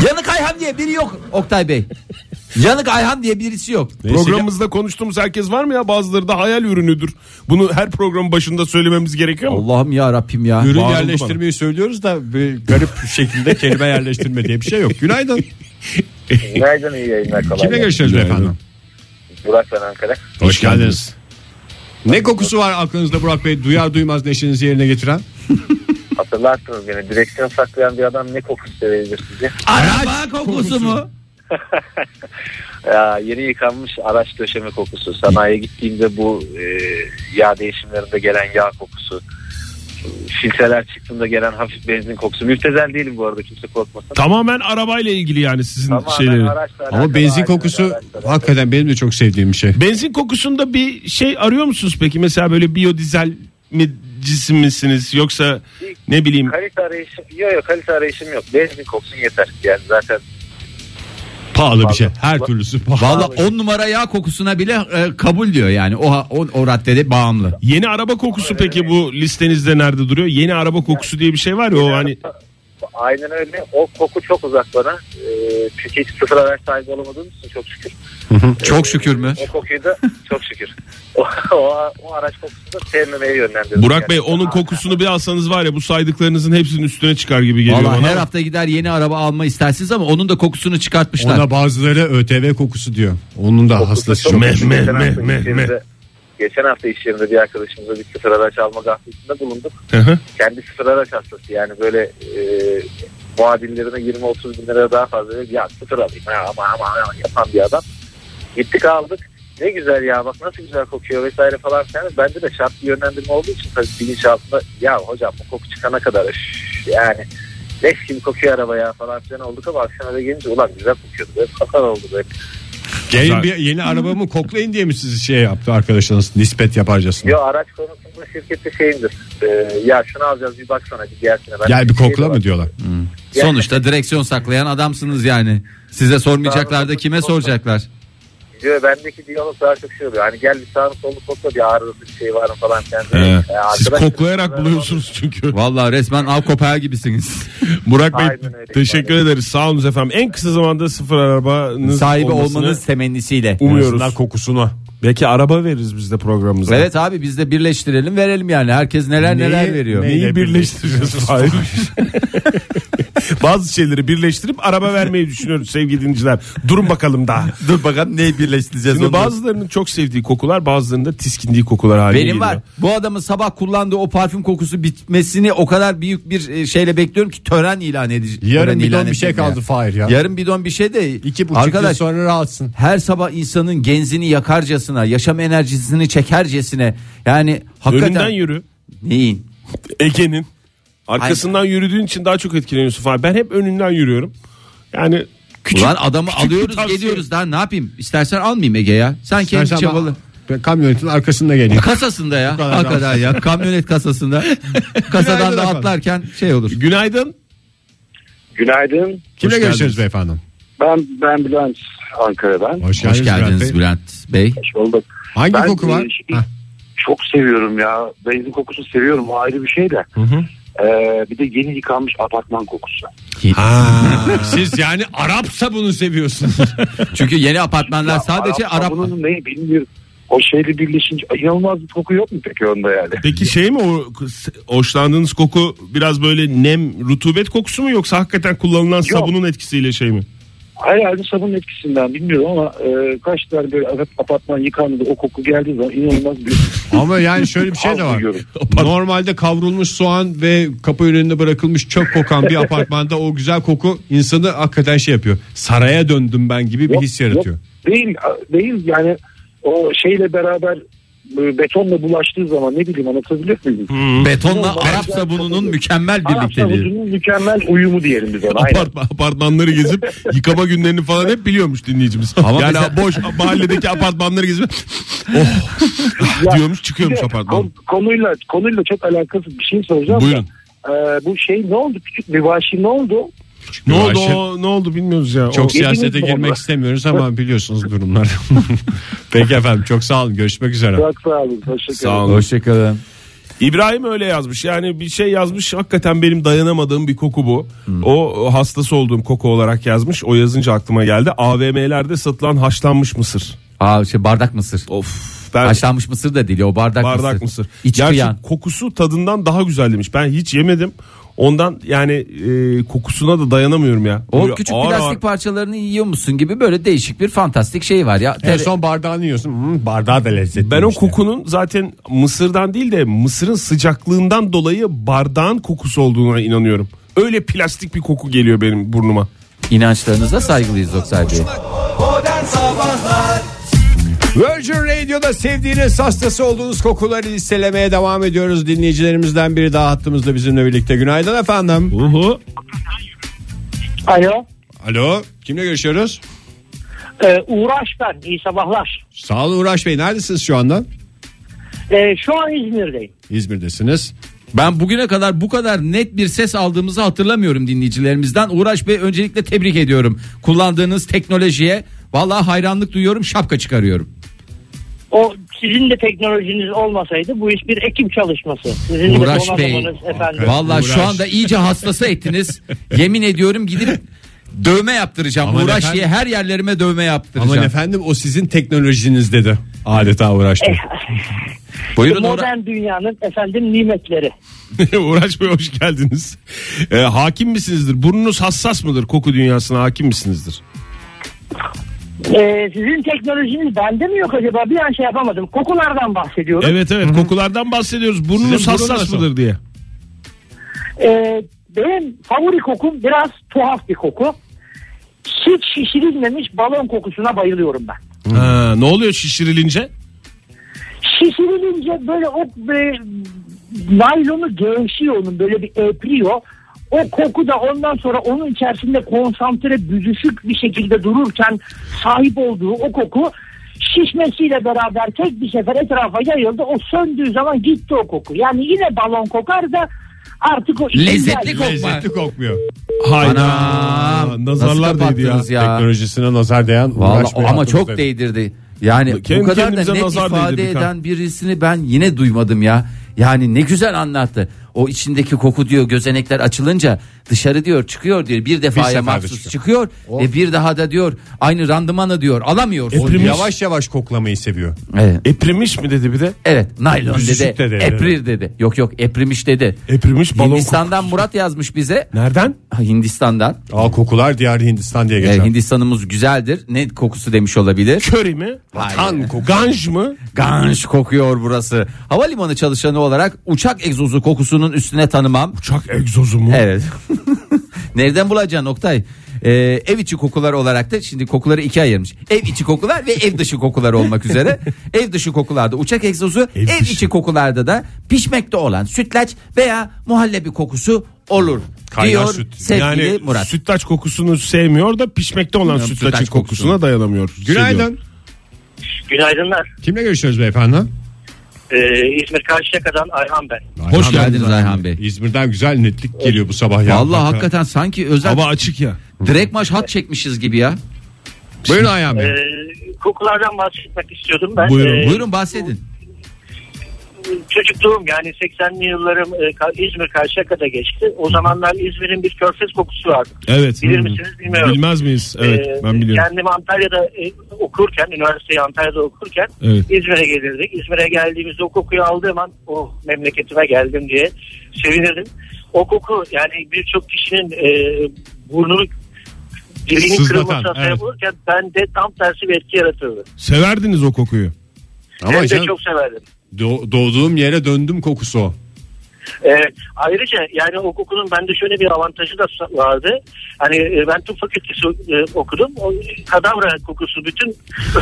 [SPEAKER 4] yanık Ayhan diye biri yok Oktay Bey. yanık Ayhan diye birisi yok.
[SPEAKER 5] Programımızda konuştuğumuz herkes var mı ya bazıları da hayal ürünüdür. Bunu her programın başında söylememiz gerekiyor mu?
[SPEAKER 4] Allah'ım ya Rabbim ya.
[SPEAKER 3] Ürün
[SPEAKER 5] Bağırıldı
[SPEAKER 3] yerleştirmeyi söylüyoruz da bir garip şekilde kelime yerleştirme diye bir şey yok. Günaydın.
[SPEAKER 8] Günaydın iyi yayınlar kolay.
[SPEAKER 3] Kimle
[SPEAKER 8] gelsin.
[SPEAKER 3] görüşüyoruz efendim?
[SPEAKER 8] Burak ben Ankara.
[SPEAKER 3] Hoş, geldiniz. Ne kokusu var aklınızda Burak Bey? Duyar duymaz neşenizi yerine getiren?
[SPEAKER 8] Hatırlarsınız beni direksiyon saklayan bir adam ne kokusu sevebilir sizi?
[SPEAKER 4] Araba kokusu mu?
[SPEAKER 8] Ya, yeni yıkanmış araç döşeme kokusu. Sanayiye gittiğimde bu e, yağ değişimlerinde gelen yağ kokusu. filtreler çıktığında gelen hafif benzin kokusu. Müptezel değilim bu arada kimse korkmasın.
[SPEAKER 5] Tamamen arabayla ilgili yani sizin
[SPEAKER 8] Tamamen
[SPEAKER 5] şeyleri.
[SPEAKER 8] araçla alakalı,
[SPEAKER 3] şey, Ama benzin
[SPEAKER 8] araçla
[SPEAKER 3] kokusu
[SPEAKER 8] alakalı.
[SPEAKER 3] hakikaten benim de çok sevdiğim bir şey.
[SPEAKER 5] Benzin kokusunda bir şey arıyor musunuz peki? Mesela böyle biyodizel mi cisim misiniz yoksa ne bileyim
[SPEAKER 8] Kalite arayışım yok yok kalite arayışım yok. Benzin koksun yeter. Yani zaten
[SPEAKER 3] Pahalı bir şey. Her türlüsü pahalı.
[SPEAKER 4] Valla on numara yağ kokusuna bile e, kabul diyor yani. O, ha- o, o raddede bağımlı.
[SPEAKER 5] yeni araba kokusu peki bu listenizde nerede duruyor? Yeni araba kokusu diye bir şey var ya o hani
[SPEAKER 8] aynen öyle. O koku çok uzak bana. Ee, çünkü hiç sıfır araç sahibi olamadığımız için çok şükür. Ee,
[SPEAKER 4] Çok şükür mü?
[SPEAKER 8] O kokuyu da çok şükür. O, o, o araç kokusunu da sevmemeye yönlendirdim.
[SPEAKER 5] Burak Bey
[SPEAKER 8] Gerçekten.
[SPEAKER 5] onun kokusunu bir alsanız var ya bu saydıklarınızın hepsinin üstüne çıkar gibi geliyor
[SPEAKER 4] Valla
[SPEAKER 5] bana.
[SPEAKER 4] her hafta gider yeni araba alma istersiniz ama onun da kokusunu çıkartmışlar.
[SPEAKER 3] Ona bazıları ÖTV kokusu diyor. Onun da hastası çok.
[SPEAKER 5] Meh, meh,
[SPEAKER 8] Geçen hafta
[SPEAKER 5] meh,
[SPEAKER 8] iş
[SPEAKER 5] meh,
[SPEAKER 8] yerinde- Geçen hafta iş yerinde bir arkadaşımıza bir sıfır araç alma gafletinde bulunduk.
[SPEAKER 5] Hı hı.
[SPEAKER 8] Kendi sıfır araç hastası yani böyle e, muadillerine 20-30 bin lira daha fazla verip ya sıfır alayım ha, ama ama ama yapan bir adam. Gittik aldık ne güzel ya bak nasıl güzel kokuyor vesaire falan filan. Bende de şartlı yönlendirme olduğu için tabii bilinçaltında ya hocam bu koku çıkana kadar üf, yani leş gibi kokuyor araba ya falan filan olduk ama akşam eve gelince ulan güzel kokuyordu. Böyle kakar oldu böyle.
[SPEAKER 3] Gelin bir yeni arabamı koklayın diye mi sizi şey yaptı arkadaşlarınız nispet yaparcasına?
[SPEAKER 8] Yo araç konusunda şirkette şeyimdir. Ee, ya şunu alacağız bir baksana bir gelsene. Ben
[SPEAKER 3] Gel bir
[SPEAKER 8] şey de
[SPEAKER 3] kokla
[SPEAKER 8] var.
[SPEAKER 3] mı diyorlar.
[SPEAKER 4] Sonuçta direksiyon saklayan adamsınız yani. Size sormayacaklar da kime soracaklar?
[SPEAKER 8] Diyor bendeki diyalog daha çok şey oluyor. Hani gel bir sağını solunu kokla bir ağrısı bir şey var mı falan. Ee, Yani,
[SPEAKER 5] He. Siz koklayarak buluyorsunuz çünkü.
[SPEAKER 4] Valla resmen av kopağı gibisiniz.
[SPEAKER 5] Burak Bey
[SPEAKER 8] Aynen öyle.
[SPEAKER 5] teşekkür ederiz. Sağ olun efendim. En kısa zamanda sıfır arabanız
[SPEAKER 4] Sahibi
[SPEAKER 5] olmasını
[SPEAKER 4] olmanız temennisiyle.
[SPEAKER 3] Um-
[SPEAKER 5] umuyoruz.
[SPEAKER 3] kokusunu.
[SPEAKER 5] Belki araba veririz biz de programımıza.
[SPEAKER 4] Evet abi biz de birleştirelim verelim yani. Herkes neler neler veriyor.
[SPEAKER 5] Neyi birleştireceğiz? Hayır. Bazı şeyleri birleştirip araba vermeyi düşünüyoruz sevgili dinleyiciler. Durun bakalım daha.
[SPEAKER 4] Dur bakalım neyi birleştireceğiz.
[SPEAKER 5] Şimdi
[SPEAKER 4] onu.
[SPEAKER 5] bazılarının çok sevdiği kokular bazılarının da tiskindiği kokular haline
[SPEAKER 4] Benim
[SPEAKER 5] geliyor.
[SPEAKER 4] var. Bu adamın sabah kullandığı o parfüm kokusu bitmesini o kadar büyük bir e, şeyle bekliyorum ki tören ilan edici. tören
[SPEAKER 3] Yarın
[SPEAKER 4] ilan
[SPEAKER 3] bidon bir şey
[SPEAKER 4] edeceğim
[SPEAKER 3] kaldı
[SPEAKER 4] ya.
[SPEAKER 3] Fahir ya.
[SPEAKER 4] Yarım bidon bir şey de
[SPEAKER 3] İki buçuk yıl
[SPEAKER 4] arkadaş
[SPEAKER 3] sonra rahatsın.
[SPEAKER 4] her sabah insanın genzini yakarcasına, yaşam enerjisini çekercesine yani hakikaten
[SPEAKER 5] Önünden yürü.
[SPEAKER 4] neyin?
[SPEAKER 5] Ege'nin. Arkasından yürüdüğün için daha çok etkileniyorsun falan. Ben hep önünden yürüyorum. Yani küçük,
[SPEAKER 4] Ulan adamı
[SPEAKER 5] küçük bir
[SPEAKER 4] alıyoruz
[SPEAKER 5] tavsiye.
[SPEAKER 4] geliyoruz daha ne yapayım? İstersen almayayım Ege ya. Sen kendi
[SPEAKER 3] İstersen ben-
[SPEAKER 4] çabalı.
[SPEAKER 3] Ben kamyonetin arkasında geleyim.
[SPEAKER 4] Kasasında ya.
[SPEAKER 3] kadar
[SPEAKER 4] Hakikaten ya. Kamyonet kasasında. Kasadan
[SPEAKER 3] Günaydın
[SPEAKER 4] da
[SPEAKER 3] efendim.
[SPEAKER 4] atlarken şey olur.
[SPEAKER 5] Günaydın.
[SPEAKER 9] Günaydın.
[SPEAKER 3] Kimle
[SPEAKER 5] Hoş
[SPEAKER 3] görüşüyoruz
[SPEAKER 5] geldiniz.
[SPEAKER 3] beyefendi?
[SPEAKER 9] Ben ben Bülent Ankara'dan.
[SPEAKER 3] Hoş
[SPEAKER 4] Hoş
[SPEAKER 3] geldiniz,
[SPEAKER 4] geldiniz
[SPEAKER 3] Bülent Bey.
[SPEAKER 4] Bülent Bey.
[SPEAKER 9] Hoş bulduk.
[SPEAKER 3] Hangi
[SPEAKER 9] Ben,
[SPEAKER 3] koku
[SPEAKER 9] e,
[SPEAKER 3] var?
[SPEAKER 9] şey-
[SPEAKER 3] Hah.
[SPEAKER 9] Çok seviyorum ya. Benzin kokusu seviyorum. O ayrı bir şey de. Ee, bir de yeni yıkanmış apartman kokusu.
[SPEAKER 3] Siz yani Arapsa bunu seviyorsunuz.
[SPEAKER 4] Çünkü yeni apartmanlar
[SPEAKER 9] Ya
[SPEAKER 4] sadece
[SPEAKER 9] Arap,
[SPEAKER 4] Arap.
[SPEAKER 9] Bunun neyi bilmiyorum. O şeyle birleşince inanılmaz bir koku yok mu peki onda yani?
[SPEAKER 5] Peki şey mi o hoşlandığınız koku biraz böyle nem rutubet kokusu mu yoksa hakikaten kullanılan sabunun etkisiyle şey mi?
[SPEAKER 9] Herhalde sabun etkisinden bilmiyorum ama e, kaç tane böyle ap- apartman yıkandı da o koku geldiği zaman inanılmaz bir
[SPEAKER 3] Ama yani şöyle bir şey de
[SPEAKER 9] haz
[SPEAKER 3] var.
[SPEAKER 9] duyuyorum.
[SPEAKER 3] Normalde kavrulmuş soğan ve kapı önünde bırakılmış çöp kokan bir apartmanda o güzel koku insanı hakikaten şey yapıyor. Saraya döndüm ben gibi bir
[SPEAKER 9] Yok,
[SPEAKER 3] his yaratıyor.
[SPEAKER 9] Değil değil yani o şeyle beraber e, betonla bulaştığı zaman ne bileyim anlatabilir miyim?
[SPEAKER 4] Betonla
[SPEAKER 9] Bunun
[SPEAKER 4] Arap
[SPEAKER 9] benzer
[SPEAKER 4] sabununun
[SPEAKER 9] tadı.
[SPEAKER 4] mükemmel
[SPEAKER 9] Arap
[SPEAKER 4] birlikteliği.
[SPEAKER 9] sabununun mükemmel uyumu diyelim biz ona. Aynen.
[SPEAKER 5] Apartma- apartmanları gezip yıkama günlerini falan hep biliyormuş dinleyicimiz.
[SPEAKER 4] Ama
[SPEAKER 5] yani
[SPEAKER 4] mesela-
[SPEAKER 5] boş mahalledeki apartmanları gezip oh
[SPEAKER 9] Ya,
[SPEAKER 5] diyormuş
[SPEAKER 9] Bir de
[SPEAKER 5] çıkıyormuş apartman.
[SPEAKER 9] kon- konuyla konuyla çok alakasız bir şey soracağım. da,
[SPEAKER 5] Buyurun.
[SPEAKER 9] e, bu şey ne oldu? Küçük Mübaşir ne oldu?
[SPEAKER 5] Ne oldu
[SPEAKER 3] Ayşe-
[SPEAKER 5] o, ne oldu bilmiyoruz ya.
[SPEAKER 3] Çok
[SPEAKER 5] O-
[SPEAKER 3] siyasete
[SPEAKER 9] Yediniz mi
[SPEAKER 3] girmek
[SPEAKER 9] onu?
[SPEAKER 3] istemiyoruz ama biliyorsunuz durumları. Peki efendim çok sağ olun görüşmek üzere.
[SPEAKER 9] Bırak sağ olun. Teşekkür ederim.
[SPEAKER 4] Hoşçakalın.
[SPEAKER 5] İbrahim öyle yazmış. Yani bir şey yazmış hakikaten benim dayanamadığım bir koku bu. O o hastası olduğum koku olarak yazmış. O yazınca aklıma geldi. AVM'lerde satılan haşlanmış mısır.
[SPEAKER 4] Aa şey bardak mısır.
[SPEAKER 5] Of. Ben
[SPEAKER 4] Haşlanmış mısır da değil o bardak,
[SPEAKER 5] bardak
[SPEAKER 4] mısır.
[SPEAKER 5] mısır.
[SPEAKER 4] İç
[SPEAKER 5] Gerçi
[SPEAKER 4] kıyan.
[SPEAKER 5] kokusu tadından daha güzel demiş. Ben hiç yemedim. Ondan yani e, kokusuna da dayanamıyorum ya.
[SPEAKER 4] O
[SPEAKER 5] Böyle
[SPEAKER 4] küçük
[SPEAKER 5] ağır
[SPEAKER 4] plastik
[SPEAKER 5] ağır-
[SPEAKER 4] parçalarını yiyor musun gibi böyle değişik bir fantastik şey var ya.
[SPEAKER 3] En
[SPEAKER 4] Tere-
[SPEAKER 3] son bardağını yiyorsun. Hmm, bardağı da lezzetli.
[SPEAKER 5] Ben o kokunun zaten Mısır'dan değil de Mısır'ın sıcaklığından dolayı bardağın kokusu olduğuna inanıyorum. Öyle plastik bir koku geliyor benim burnuma.
[SPEAKER 4] İnançlarınıza saygılıyız Oksay Bey.
[SPEAKER 2] Modern Sabahlar
[SPEAKER 3] Virgin Radio'da sevdiğiniz hastası olduğunuz kokuları listelemeye devam ediyoruz. Dinleyicilerimizden biri daha hattımızda bizimle birlikte. Günaydın efendim.
[SPEAKER 5] Uhu.
[SPEAKER 8] Alo.
[SPEAKER 3] Alo. Kimle görüşüyoruz?
[SPEAKER 8] Ee, Uğraş ben. İyi sabahlar.
[SPEAKER 3] Sağ olun Uğraş Bey. Neredesiniz şu anda?
[SPEAKER 8] Ee, şu an İzmir'deyim.
[SPEAKER 3] İzmir'desiniz.
[SPEAKER 4] Ben bugüne kadar bu kadar net bir ses aldığımızı hatırlamıyorum dinleyicilerimizden. Uğraş Bey öncelikle tebrik ediyorum. Kullandığınız teknolojiye vallahi hayranlık duyuyorum şapka çıkarıyorum.
[SPEAKER 8] O sizin de teknolojiniz olmasaydı bu iş bir ekip çalışması. Sizin
[SPEAKER 4] Uğraş
[SPEAKER 8] de
[SPEAKER 4] Bey.
[SPEAKER 8] donanımınız efendim.
[SPEAKER 4] Vallahi şu
[SPEAKER 5] Uğraş.
[SPEAKER 4] anda iyice hastası ettiniz. Yemin ediyorum gidip dövme yaptıracağım.
[SPEAKER 3] Aman
[SPEAKER 4] Uğraş
[SPEAKER 3] efendim.
[SPEAKER 4] diye her yerlerime dövme
[SPEAKER 3] Aman
[SPEAKER 4] yaptıracağım.
[SPEAKER 3] efendim o sizin teknolojiniz dedi. Adeta Uğraş Bey.
[SPEAKER 4] Buyurun Uğra-
[SPEAKER 8] Modern dünyanın efendim nimetleri.
[SPEAKER 5] Uğraş Bey hoş geldiniz. Ee, hakim misinizdir? Burnunuz hassas mıdır? Koku dünyasına hakim misinizdir?
[SPEAKER 8] Ee, sizin teknolojiniz bende mi yok acaba? Bir an şey yapamadım. Kokulardan bahsediyorum.
[SPEAKER 5] Evet evet kokulardan bahsediyoruz. Burnunuz
[SPEAKER 3] Sizin burnu
[SPEAKER 5] hassas
[SPEAKER 3] nasıl?
[SPEAKER 5] mıdır diye.
[SPEAKER 8] Ee, benim favori kokum biraz tuhaf bir koku. Hiç şişirilmemiş balon kokusuna bayılıyorum ben.
[SPEAKER 5] Ha, ne oluyor şişirilince?
[SPEAKER 8] Şişirilince böyle o e, naylonu gevşiyor onun böyle bir öpriyor. O koku da ondan sonra onun içerisinde konsantre büzüşük bir şekilde dururken sahip olduğu o koku şişmesiyle beraber tek bir sefer etrafa yayıldı. O söndüğü zaman gitti o koku. Yani yine balon kokar da artık o
[SPEAKER 4] Lezzetli kokma.
[SPEAKER 3] Lezzetli kokmuyor.
[SPEAKER 5] Hayda.
[SPEAKER 4] Nasıl
[SPEAKER 5] Nazarlar değdi ya.
[SPEAKER 4] kapattınız ya?
[SPEAKER 3] Teknolojisine nazar değen
[SPEAKER 4] Vallahi
[SPEAKER 3] Uğraş Bey
[SPEAKER 4] ama
[SPEAKER 3] hattımızda.
[SPEAKER 4] çok değdirdi. Yani
[SPEAKER 5] Kendi
[SPEAKER 4] bu kadar da
[SPEAKER 5] kendimize
[SPEAKER 4] net
[SPEAKER 5] nazar
[SPEAKER 4] ifade
[SPEAKER 5] değdirdik ha.
[SPEAKER 4] eden birisini ben yine duymadım ya. Yani ne güzel anlattı. O içindeki koku diyor gözenekler açılınca dışarı diyor çıkıyor diyor. Bir defaya
[SPEAKER 3] seferde
[SPEAKER 4] mahsus çıkıyor.
[SPEAKER 5] Oh.
[SPEAKER 4] Ve bir daha da diyor aynı randımanı diyor alamıyorsun.
[SPEAKER 3] O
[SPEAKER 5] Eprimiş.
[SPEAKER 3] Yavaş yavaş koklamayı seviyor.
[SPEAKER 4] Evet.
[SPEAKER 5] Eprimiş mi dedi bir de?
[SPEAKER 4] Evet naylon dedi,
[SPEAKER 3] Yüzücük de dedi,
[SPEAKER 4] eprir dedi. Yok yok eprimiş dedi.
[SPEAKER 5] Eprimiş balon
[SPEAKER 4] Hindistan'dan Murat yazmış bize.
[SPEAKER 5] Nereden?
[SPEAKER 4] Ha, Hindistan'dan.
[SPEAKER 3] Aa kokular diyar Hindistan diye
[SPEAKER 4] Ee,
[SPEAKER 3] geçer.
[SPEAKER 4] Hindistan'ımız güzeldir. Ne kokusu demiş olabilir?
[SPEAKER 5] Köri mi?
[SPEAKER 4] Hayır.
[SPEAKER 5] Tan koku. Ganj mı?
[SPEAKER 4] Ganj kokuyor burası. Havalimanı çalışanı olarak uçak egzozu kokusunun üstüne tanımam.
[SPEAKER 5] Uçak egzozu mu?
[SPEAKER 4] Evet. Nereden bulacaksın Oktay? Ee, ev içi kokular olarak da şimdi kokuları ikiye ayırmış. Ev içi kokular ve ev dışı kokular olmak üzere. ev dışı kokularda uçak egzozu, ev,
[SPEAKER 5] dışı.
[SPEAKER 4] içi kokularda da pişmekte olan sütlaç veya muhallebi kokusu olur.
[SPEAKER 5] Kaynar
[SPEAKER 4] diyor
[SPEAKER 5] süt.
[SPEAKER 4] sevgili
[SPEAKER 5] yani
[SPEAKER 4] Murat.
[SPEAKER 5] sütlaç kokusunu sevmiyor da pişmekte olan
[SPEAKER 4] Bilmiyorum,
[SPEAKER 5] sütlaçın
[SPEAKER 4] sütlaç
[SPEAKER 5] kokusuna
[SPEAKER 4] kokusunu.
[SPEAKER 5] dayanamıyor.
[SPEAKER 3] Günaydın.
[SPEAKER 8] Günaydınlar. E,
[SPEAKER 3] Kimle görüşüyoruz beyefendi?
[SPEAKER 8] İzmir Karşıyaka'dan Ayhan ben.
[SPEAKER 4] Hoş geldiniz Ayhan Bey.
[SPEAKER 3] İzmir'den güzel netlik geliyor bu sabah ya.
[SPEAKER 4] Vallahi hakikaten sanki özel
[SPEAKER 5] Hava açık ya.
[SPEAKER 4] direkt maç hat çekmişiz gibi ya.
[SPEAKER 3] Buyurun Ayhan Bey.
[SPEAKER 8] E, kokulardan bahsetmek istiyordum ben. E,
[SPEAKER 5] Buyurun. Ee,
[SPEAKER 4] Buyurun bahsedin.
[SPEAKER 8] çocukluğum yani 80'li yıllarım e, Ka- İzmir Karşıyaka'da geçti. O zamanlar İzmir'in bir körfez kokusu vardı.
[SPEAKER 5] Evet.
[SPEAKER 8] Bilir
[SPEAKER 5] Hı.
[SPEAKER 8] misiniz bilmiyorum.
[SPEAKER 5] Bilmez miyiz? Evet
[SPEAKER 8] E,
[SPEAKER 5] ben biliyorum.
[SPEAKER 8] Kendim Antalya'da e, okurken, üniversiteyi Antalya'da okurken
[SPEAKER 5] Evet.
[SPEAKER 8] İzmir'e gelirdik. İzmir'e geldiğimizde o kokuyu aldığım an oh memleketime geldim diye sevinirdim. O koku yani birçok kişinin e, burnunu dilinin
[SPEAKER 5] E, Sızlatan,
[SPEAKER 8] kırılmasına sebep
[SPEAKER 5] evet.
[SPEAKER 8] olurken bende tam tersi bir etki yaratırdı.
[SPEAKER 5] Severdiniz o kokuyu.
[SPEAKER 3] Ama
[SPEAKER 8] Hem de
[SPEAKER 3] canım,
[SPEAKER 8] çok severdim.
[SPEAKER 3] do- doğduğum yere döndüm kokusu o.
[SPEAKER 8] Ee, ayrıca yani hukukunun bende şöyle bir avantajı da vardı. Hani e, ben tıp fakültesi e, okudum. O kadavra kokusu bütün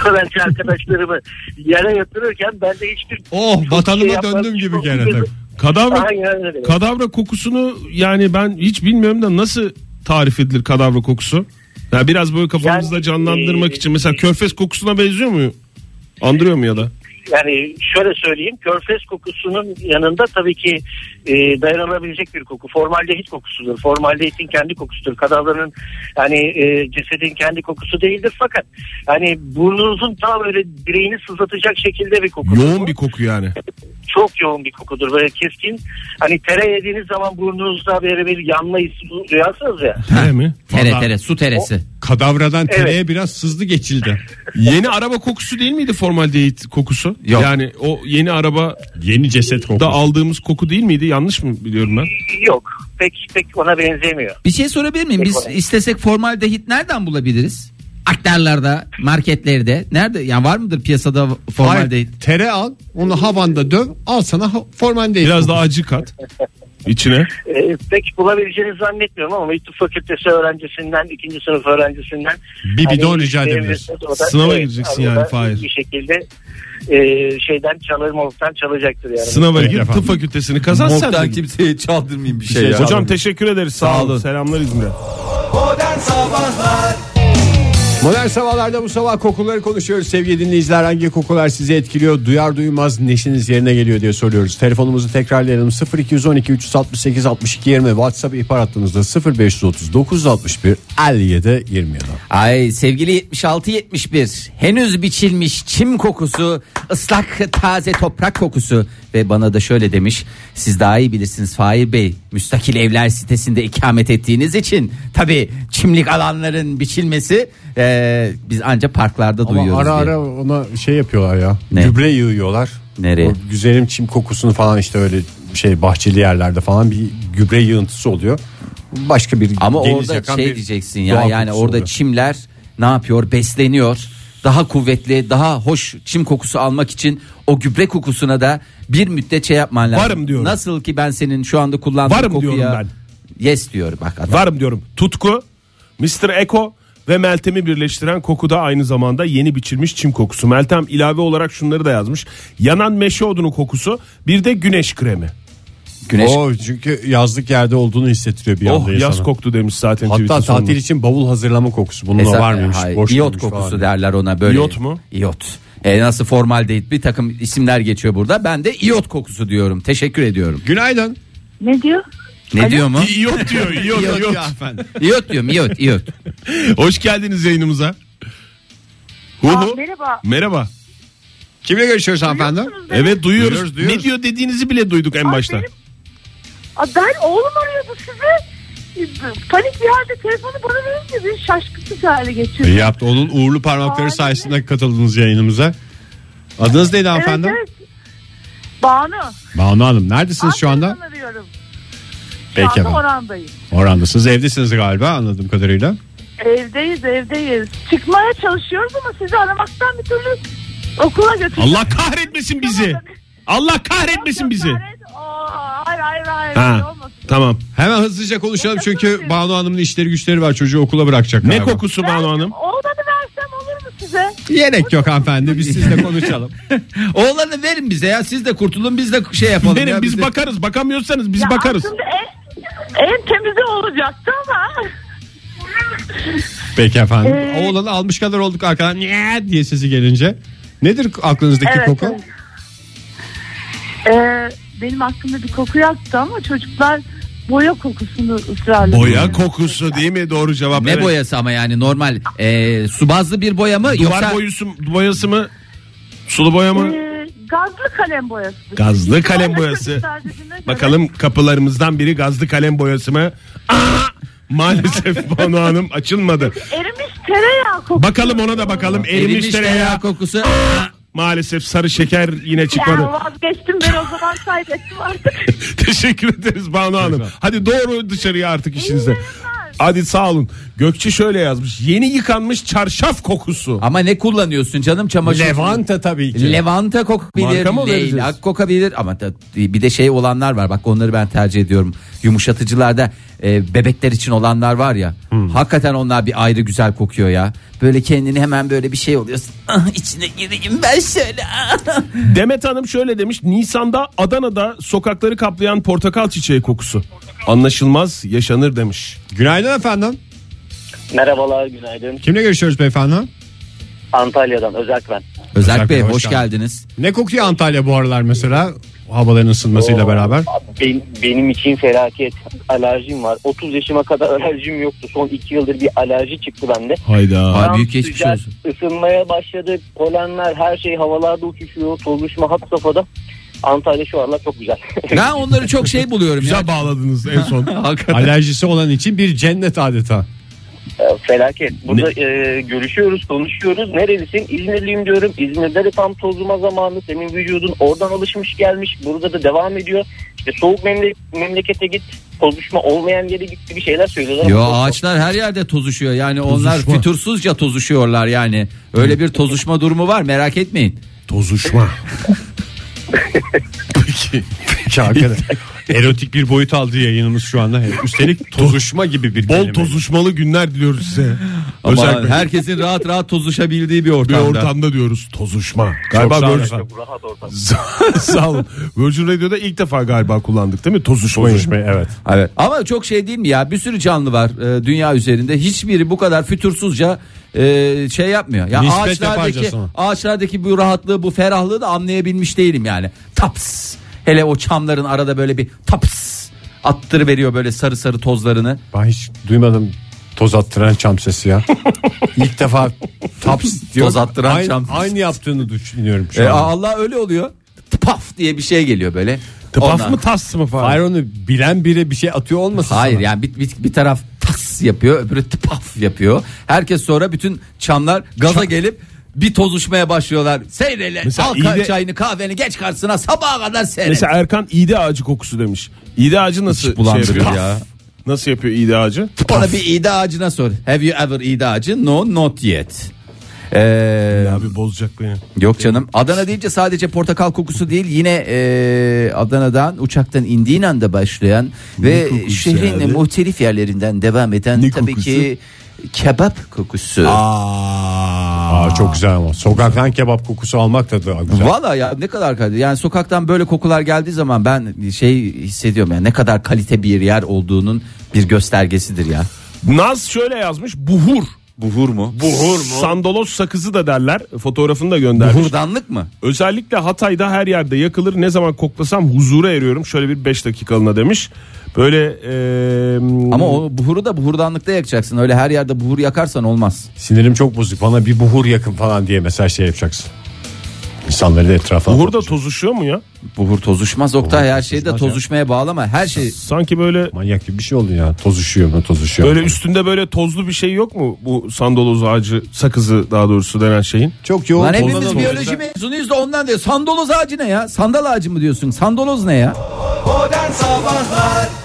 [SPEAKER 8] öğrenci arkadaşlarımı yere yatırırken bende hiçbir
[SPEAKER 3] Oh
[SPEAKER 8] şey
[SPEAKER 3] vatanıma
[SPEAKER 8] yapmaz,
[SPEAKER 3] döndüm gibi
[SPEAKER 8] çok
[SPEAKER 3] gene.
[SPEAKER 8] üzüldüm.
[SPEAKER 5] Kadavra
[SPEAKER 8] Aynen öyle.
[SPEAKER 5] kadavra kokusunu yani ben hiç bilmiyorum da nasıl tarif edilir kadavra kokusu? Ya biraz böyle kafamızda
[SPEAKER 8] Yani,
[SPEAKER 5] canlandırmak
[SPEAKER 8] e,
[SPEAKER 5] için mesela körfez kokusuna benziyor mu? Andırıyor mu ya da?
[SPEAKER 8] Yani şöyle söyleyeyim. Körfez kokusunun yanında tabii ki e, dayanılabilecek bir koku. Formaldehit kokusudur. Formaldehitin kendi kokusudur. Kadavranın hani e, cesedin kendi kokusu değildir fakat hani burnunuzun tam böyle direğini sızlatacak şekilde bir koku.
[SPEAKER 5] Yoğun bir koku yani.
[SPEAKER 8] çok yoğun bir kokudur. Böyle keskin. Hani tere yediğiniz zaman burnunuzda böyle bir yanma hissi duyarsınız ya.
[SPEAKER 5] Tere mi?
[SPEAKER 4] Tere
[SPEAKER 5] Vallahi-
[SPEAKER 4] tere su teresi.
[SPEAKER 3] Kadavradan
[SPEAKER 8] Evet.
[SPEAKER 3] tereye biraz sızdı geçildi.
[SPEAKER 5] Yeni araba kokusu değil miydi formaldehit kokusu?
[SPEAKER 4] Yok.
[SPEAKER 5] Yani o yeni araba
[SPEAKER 3] Yeni ceset kokusu.
[SPEAKER 5] da aldığımız koku değil miydi? Yanlış mı biliyorum ben?
[SPEAKER 8] Yok. Pek pek ona benzemiyor.
[SPEAKER 4] Bir şey sorabilir miyim? Biz istesek formaldehit nereden bulabiliriz? Aktarlarda, marketlerde. Nerede? Yani var mıdır piyasada
[SPEAKER 3] Hayır,
[SPEAKER 4] formaldehit?
[SPEAKER 3] tere al onu havanda döv al sana ha- formaldeyi.
[SPEAKER 5] Biraz daha acı kat. İçine.
[SPEAKER 10] Ee, pek bulabileceğini zannetmiyorum ama mektup fakültesi öğrencisinden, ikinci sınıf öğrencisinden.
[SPEAKER 5] Bir bidon rica
[SPEAKER 10] işte
[SPEAKER 5] edebiliriz.
[SPEAKER 10] o da-
[SPEAKER 5] Sınava gireceksin
[SPEAKER 10] abi,
[SPEAKER 5] yani,
[SPEAKER 10] o da
[SPEAKER 5] Fahir.
[SPEAKER 10] Bir şekilde e, şeyden çalırmalıktan çalacaktır yani.
[SPEAKER 5] Sınava
[SPEAKER 7] Peki
[SPEAKER 5] gir
[SPEAKER 7] efendim.
[SPEAKER 5] tıp fakültesini kazan sen.
[SPEAKER 4] Muhtar
[SPEAKER 5] de.
[SPEAKER 4] kimseye çaldırmayayım bir şey, ya.
[SPEAKER 5] Hocam teşekkür ederiz. Sağ,
[SPEAKER 4] Sağ
[SPEAKER 5] olun.
[SPEAKER 4] olun.
[SPEAKER 5] Selamlar İzmir'e.
[SPEAKER 2] Modern Sabahlar
[SPEAKER 3] Modern sabahlarda bu sabah kokuları konuşuyoruz sevgili dinleyiciler. Hangi kokular sizi etkiliyor? Duyar duymaz neşiniz yerine geliyor diye soruyoruz. Telefonumuzu tekrarlayalım. 0212 368 62 20 WhatsApp ihbar hattımızda 0530 961 57 27.
[SPEAKER 4] Ay sevgili 76-71 henüz biçilmiş çim kokusu ıslak taze toprak kokusu ve bana da şöyle demiş siz daha iyi bilirsiniz Fahir Bey müstakil evler sitesinde ikamet ettiğiniz için tabi çimlik alanların biçilmesi eee, biz anca parklarda
[SPEAKER 3] Ama
[SPEAKER 4] duyuyoruz
[SPEAKER 3] ara
[SPEAKER 4] diye.
[SPEAKER 3] ara ona şey yapıyorlar ya.
[SPEAKER 4] Ne?
[SPEAKER 3] Gübre yığıyorlar.
[SPEAKER 4] Nereye?
[SPEAKER 3] O güzelim çim kokusunu falan işte öyle şey bahçeli yerlerde falan bir gübre yığıntısı oluyor. Başka bir
[SPEAKER 4] Ama
[SPEAKER 3] deniz
[SPEAKER 4] orada
[SPEAKER 3] yakan
[SPEAKER 4] şey
[SPEAKER 3] bir
[SPEAKER 4] diyeceksin ya
[SPEAKER 3] doğa
[SPEAKER 4] yani
[SPEAKER 3] kokusu
[SPEAKER 4] orada
[SPEAKER 3] oluyor.
[SPEAKER 4] çimler ne yapıyor besleniyor daha kuvvetli daha hoş çim kokusu almak için o gübre kokusuna da bir müddet şey yapman lazım.
[SPEAKER 5] Varım diyorum.
[SPEAKER 4] Nasıl ki ben senin şu anda kullandığın
[SPEAKER 5] Varım
[SPEAKER 4] kokuya.
[SPEAKER 5] diyorum
[SPEAKER 4] Yes diyor bak adam.
[SPEAKER 5] Varım diyorum. Tutku, Mr. Eko ve Meltem'i birleştiren koku da aynı zamanda yeni biçilmiş çim kokusu. Meltem ilave olarak şunları da yazmış. Yanan meşe odunu kokusu bir de güneş kremi.
[SPEAKER 4] Güneş
[SPEAKER 3] O çünkü yazlık yerde olduğunu hissettiriyor bir
[SPEAKER 5] oh
[SPEAKER 3] anda
[SPEAKER 5] yaz
[SPEAKER 3] insana.
[SPEAKER 5] koktu demiş zaten tweet'in
[SPEAKER 3] Hatta
[SPEAKER 5] sonunda.
[SPEAKER 3] tatil için bavul hazırlama kokusu bununla
[SPEAKER 4] Hesap-
[SPEAKER 3] var mıymış?
[SPEAKER 4] Hayır,
[SPEAKER 3] boş
[SPEAKER 4] iyot
[SPEAKER 3] muymuş
[SPEAKER 4] kokusu
[SPEAKER 3] falan.
[SPEAKER 4] derler ona böyle.
[SPEAKER 5] İyot mu?
[SPEAKER 4] İyot. E, nasıl formal değil bir takım isimler geçiyor burada. Ben de iyot kokusu diyorum. Teşekkür ediyorum.
[SPEAKER 3] Günaydın.
[SPEAKER 11] Ne diyor?
[SPEAKER 4] Ne diyor mu?
[SPEAKER 5] İyot diyor, iyot, iyot.
[SPEAKER 4] iyot diyorum iyot iyot.
[SPEAKER 5] Hoş geldiniz yayınımıza. Hu
[SPEAKER 11] Aa,
[SPEAKER 5] hu.
[SPEAKER 11] merhaba.
[SPEAKER 5] Merhaba.
[SPEAKER 3] Kimle görüşüyoruz hanımefendi?
[SPEAKER 5] Evet duyuyoruz.
[SPEAKER 3] Duyuyoruz, duyuyoruz.
[SPEAKER 5] Ne diyor dediğinizi bile duyduk en
[SPEAKER 11] Aa,
[SPEAKER 5] başta.
[SPEAKER 11] benim- Aa, ben oğlum arıyordu sizi. Panik bir halde telefonu bana verince bir şaşkınlık hale
[SPEAKER 3] İyi
[SPEAKER 11] geçirdim.
[SPEAKER 3] yaptı. Onun uğurlu parmakları
[SPEAKER 11] Aynen.
[SPEAKER 3] sayesinde katıldınız yayınımıza. Adınız neydi hanımefendi?
[SPEAKER 11] Evet, evet. Banu.
[SPEAKER 3] Banu Hanım neredesiniz şu anda?
[SPEAKER 11] Ankara'dan arıyorum. Şu
[SPEAKER 3] Peki
[SPEAKER 11] anda
[SPEAKER 3] efendim.
[SPEAKER 11] Orandayım.
[SPEAKER 3] Orandasınız. Evdesiniz galiba anladığım kadarıyla.
[SPEAKER 11] Evdeyiz evdeyiz. Çıkmaya çalışıyoruz ama sizi aramaktan bir türlü okula götürdüm.
[SPEAKER 5] Allah kahretmesin bizi. Allah kahretmesin bizi.
[SPEAKER 11] Aa, hayır hayır hayır.
[SPEAKER 5] Ha.
[SPEAKER 11] Olmasın.
[SPEAKER 5] Tamam.
[SPEAKER 3] Hemen hızlıca konuşalım çünkü Banu Hanım'ın işleri güçleri var. Çocuğu okula bırakacak
[SPEAKER 5] Ne
[SPEAKER 3] galiba.
[SPEAKER 5] kokusu Banu Hanım?
[SPEAKER 11] Oğlanı versem olur mu size?
[SPEAKER 3] Gerek yok hanımefendi biz sizle konuşalım.
[SPEAKER 4] Oğlanı verin bize ya siz de kurtulun biz de şey yapalım.
[SPEAKER 5] Verin
[SPEAKER 4] ya,
[SPEAKER 5] biz
[SPEAKER 4] de-
[SPEAKER 5] bakarız. Bakamıyorsanız biz
[SPEAKER 11] Ya
[SPEAKER 5] bakarız.
[SPEAKER 11] Aslında en, en temizi olacaktı ama.
[SPEAKER 3] Peki efendim.
[SPEAKER 11] Ee,
[SPEAKER 3] Oğlanı almış kadar olduk arkadan "Nye" diye sesi gelince. Nedir aklınızdaki
[SPEAKER 11] Evet,
[SPEAKER 3] koku?
[SPEAKER 11] evet. Ee, benim aklımda bir koku yaktı ama çocuklar boya kokusunu ısrarla.
[SPEAKER 5] Boya kokusu değil mi doğru cevap?
[SPEAKER 4] Ne
[SPEAKER 5] Evet.
[SPEAKER 4] boyası ama yani normal e, su bazlı bir boya mı
[SPEAKER 5] Duvar
[SPEAKER 4] E, yoksa
[SPEAKER 5] boyusu, boyası mı? Sulu boya mı?
[SPEAKER 11] Ee, gazlı kalem boyası.
[SPEAKER 5] Gazlı kalem
[SPEAKER 11] Boya
[SPEAKER 5] boyası.
[SPEAKER 11] gösterdiğine göre-
[SPEAKER 5] Bakalım kapılarımızdan biri gazlı kalem boyası mı? Aa! Maalesef Banu Hanım açılmadı.
[SPEAKER 11] Erimiş tereyağı kokusu.
[SPEAKER 5] Bakalım ona da bakalım. Erimiş tereyağı.
[SPEAKER 4] kokusu.
[SPEAKER 5] Maalesef sarı şeker yine çıkmadı.
[SPEAKER 11] Ya vazgeçtim ben o zaman kaybettim artık.
[SPEAKER 5] Teşekkür ederiz Banu Hanım. Hadi doğru dışarıya artık işinize.
[SPEAKER 11] yayınlar.
[SPEAKER 5] Hadi sağ olun. Gökçe şöyle yazmış. Yeni yıkanmış çarşaf kokusu.
[SPEAKER 4] Ama ne kullanıyorsun canım çamaşır?
[SPEAKER 3] Levanta tabii ki.
[SPEAKER 4] Levanta kokabilir
[SPEAKER 5] Marka mı
[SPEAKER 4] değil
[SPEAKER 5] vereceğiz?
[SPEAKER 4] ak kokabilir ama da- bir de şey olanlar var bak onları ben tercih ediyorum yumuşatıcılarda e, bebekler için olanlar var ya
[SPEAKER 5] Hmm.
[SPEAKER 4] hakikaten onlar bir ayrı güzel kokuyor ya böyle kendini hemen böyle bir şey oluyorsun ah, içine gireyim ben şöyle ah.
[SPEAKER 5] Demet Hanım şöyle demiş. Nisan'da Adana'da sokakları kaplayan portakal çiçeği kokusu. Anlaşılmaz yaşanır demiş.
[SPEAKER 3] Günaydın efendim.
[SPEAKER 8] Merhabalar günaydın.
[SPEAKER 3] Kimle görüşüyoruz beyefendi?
[SPEAKER 8] Antalya'dan özel ben.
[SPEAKER 4] Özerk Bey
[SPEAKER 3] hoş
[SPEAKER 4] hoş geldiniz
[SPEAKER 3] Ne kokuyor Antalya bu aralar mesela? Havaların ısınmasıyla beraber.
[SPEAKER 8] Ben- benim için felaket. Alerjim var. 30 yaşıma kadar alerjim yoktu. Son 2 yıldır bir alerji çıktı bende.
[SPEAKER 5] Hayda.
[SPEAKER 4] Aa,
[SPEAKER 8] Tam
[SPEAKER 4] büyük geçmiş
[SPEAKER 8] sıcak,
[SPEAKER 4] olsun
[SPEAKER 8] Isınmaya başladı. Polenler her şey havalarda uçuşuyor. Tozuşma hat safhada. Antalya şu aralar çok güzel.
[SPEAKER 4] ben onları çok şey buluyorum ya
[SPEAKER 5] Güzel bağladınız en son.
[SPEAKER 4] Hakikaten.
[SPEAKER 3] Alerjisi olan için bir cennet adeta.
[SPEAKER 8] Ya, Felaket. Burada e, görüşüyoruz, konuşuyoruz. Nerelisin? İzmirliyim diyorum. İzmir'de de tam tozuma zamanı. Senin vücudun oradan alışmış gelmiş. Burada da devam ediyor. İşte soğuk memle- memlekete git. Tozuşma olmayan yere git gibi şeyler söylüyorlar. ama
[SPEAKER 4] Yo
[SPEAKER 8] çok-
[SPEAKER 4] ağaçlar her yerde tozuşuyor. Yani onlar fütursuzca tozuşuyorlar yani. Öyle bir tozuşma durumu var merak etmeyin.
[SPEAKER 5] Tozuşma. Peki.
[SPEAKER 3] Çankırı.
[SPEAKER 12] Erotik bir boyut aldı yayınımız şu anda. Üstelik tozuşma gibi bir
[SPEAKER 5] Bol
[SPEAKER 12] kelime.
[SPEAKER 5] tozuşmalı günler diliyoruz size.
[SPEAKER 4] Ama
[SPEAKER 5] Özellikle
[SPEAKER 4] herkesin rahat rahat tozuşabildiği bir
[SPEAKER 5] bir
[SPEAKER 4] ortamda.
[SPEAKER 5] ortamda diyoruz tozuşma. Galiba
[SPEAKER 12] sağ olun
[SPEAKER 5] Virgin... sağ olun. Virgin Radio'da ilk defa galiba kullandık değil mi? Tozuşmayı.
[SPEAKER 12] Tozuşmayı, evet.
[SPEAKER 4] Evet. Ama çok şey değil mi ya? Bir sürü canlı var e, dünya üzerinde. Hiçbiri bu kadar fütursuzca e, şey yapmıyor. Ya
[SPEAKER 12] Nispet
[SPEAKER 4] ağaçlardaki
[SPEAKER 12] yaparcasına.
[SPEAKER 4] ağaçlardaki bu rahatlığı, bu ferahlığı da anlayabilmiş değilim yani. Taps. Hele o çamların arada böyle bir taps attırı veriyor böyle sarı sarı tozlarını.
[SPEAKER 3] Ben hiç duymadım toz attıran çam sesi ya. İlk defa taps diyor.
[SPEAKER 4] Toz attıran
[SPEAKER 3] aynı,
[SPEAKER 4] çam sesi.
[SPEAKER 3] Aynı yaptığını düşünüyorum şu
[SPEAKER 4] E,
[SPEAKER 3] an.
[SPEAKER 4] Allah öyle oluyor. Paf diye bir şey geliyor böyle. Ondan-
[SPEAKER 5] Tıpaf mı tas mı falan?
[SPEAKER 3] Hayır onu bilen biri bir şey atıyor olmasın
[SPEAKER 4] Hayır
[SPEAKER 3] sana.
[SPEAKER 4] yani bir, bir, bir taraf tas yapıyor öbürü tıpaf yapıyor. Herkes sonra bütün çamlar gaza gelip bir tozuşmaya başlıyorlar. Seyrele
[SPEAKER 5] Mesela
[SPEAKER 4] al ka-
[SPEAKER 5] iyi de-
[SPEAKER 4] çayını kahveni geç karşısına sabaha kadar seyret.
[SPEAKER 5] Mesela Erkan iğde ağacı kokusu demiş. İğde ağacı nasıl şey
[SPEAKER 4] bulandırıyor
[SPEAKER 5] yapıyor?
[SPEAKER 4] ya.
[SPEAKER 5] Nasıl yapıyor iğde ağacı?
[SPEAKER 4] Ona bir iğde ağacına sor. Have you ever iğde ağacı? No not yet. Ee,
[SPEAKER 5] Abi bozacak beni.
[SPEAKER 4] Yok canım. Adana deyince sadece portakal kokusu değil yine e, Adana'dan uçaktan indiğin anda başlayan ve
[SPEAKER 5] kokusu
[SPEAKER 4] şehrin
[SPEAKER 5] abi?
[SPEAKER 4] muhtelif yerlerinden devam eden
[SPEAKER 5] Ne
[SPEAKER 4] tabii
[SPEAKER 5] kokusu?
[SPEAKER 4] ki kebap kokusu.
[SPEAKER 3] Aa, çok güzel ama. Sokaktan kebap kokusu almak da daha güzel.
[SPEAKER 4] Valla ya ne kadar kalite. Yani sokaktan böyle kokular geldiği zaman ben şey hissediyorum yani ne kadar kalite bir yer olduğunun bir göstergesidir ya.
[SPEAKER 5] Naz şöyle yazmış. Buhur. Buhur mu? Buhur mu? Sandalos sakızı da derler. Fotoğrafını da göndermiş.
[SPEAKER 4] Buhurdanlık mı?
[SPEAKER 5] Özellikle Hatay'da her yerde yakılır. Ne zaman koklasam huzura eriyorum. Şöyle bir 5 dakikalığına demiş. Böyle eee,
[SPEAKER 4] Ama o buhuru da buhurdanlıkta yakacaksın. Öyle her yerde buhur yakarsan olmaz.
[SPEAKER 3] Sinirim çok bozuk. Bana bir buhur yakın falan diye mesaj şey yapacaksın. İnsanları da etrafa.
[SPEAKER 5] buhur da tozuşuyor mu ya?
[SPEAKER 4] Buhur tozuşmaz Oktay her şeyi de tozuşmaya bağlama. Her şey
[SPEAKER 5] Sanki böyle
[SPEAKER 3] Manyak gibi bir şey oldu ya. Tozuşuyor mu tozuşuyor
[SPEAKER 5] böyle
[SPEAKER 3] mu?
[SPEAKER 5] üstünde böyle tozlu bir şey yok mu? Bu sandaloz ağacı sakızı daha doğrusu denen şeyin.
[SPEAKER 3] Çok yoğun
[SPEAKER 4] Lan hepimiz
[SPEAKER 3] kullanılmış.
[SPEAKER 4] biyoloji mezunuyuz da ondan diyor. Sandaloz ağacı ne ya? Sandal ağacı mı diyorsun? Sandaloz ne ya?
[SPEAKER 2] Modern Sabahlar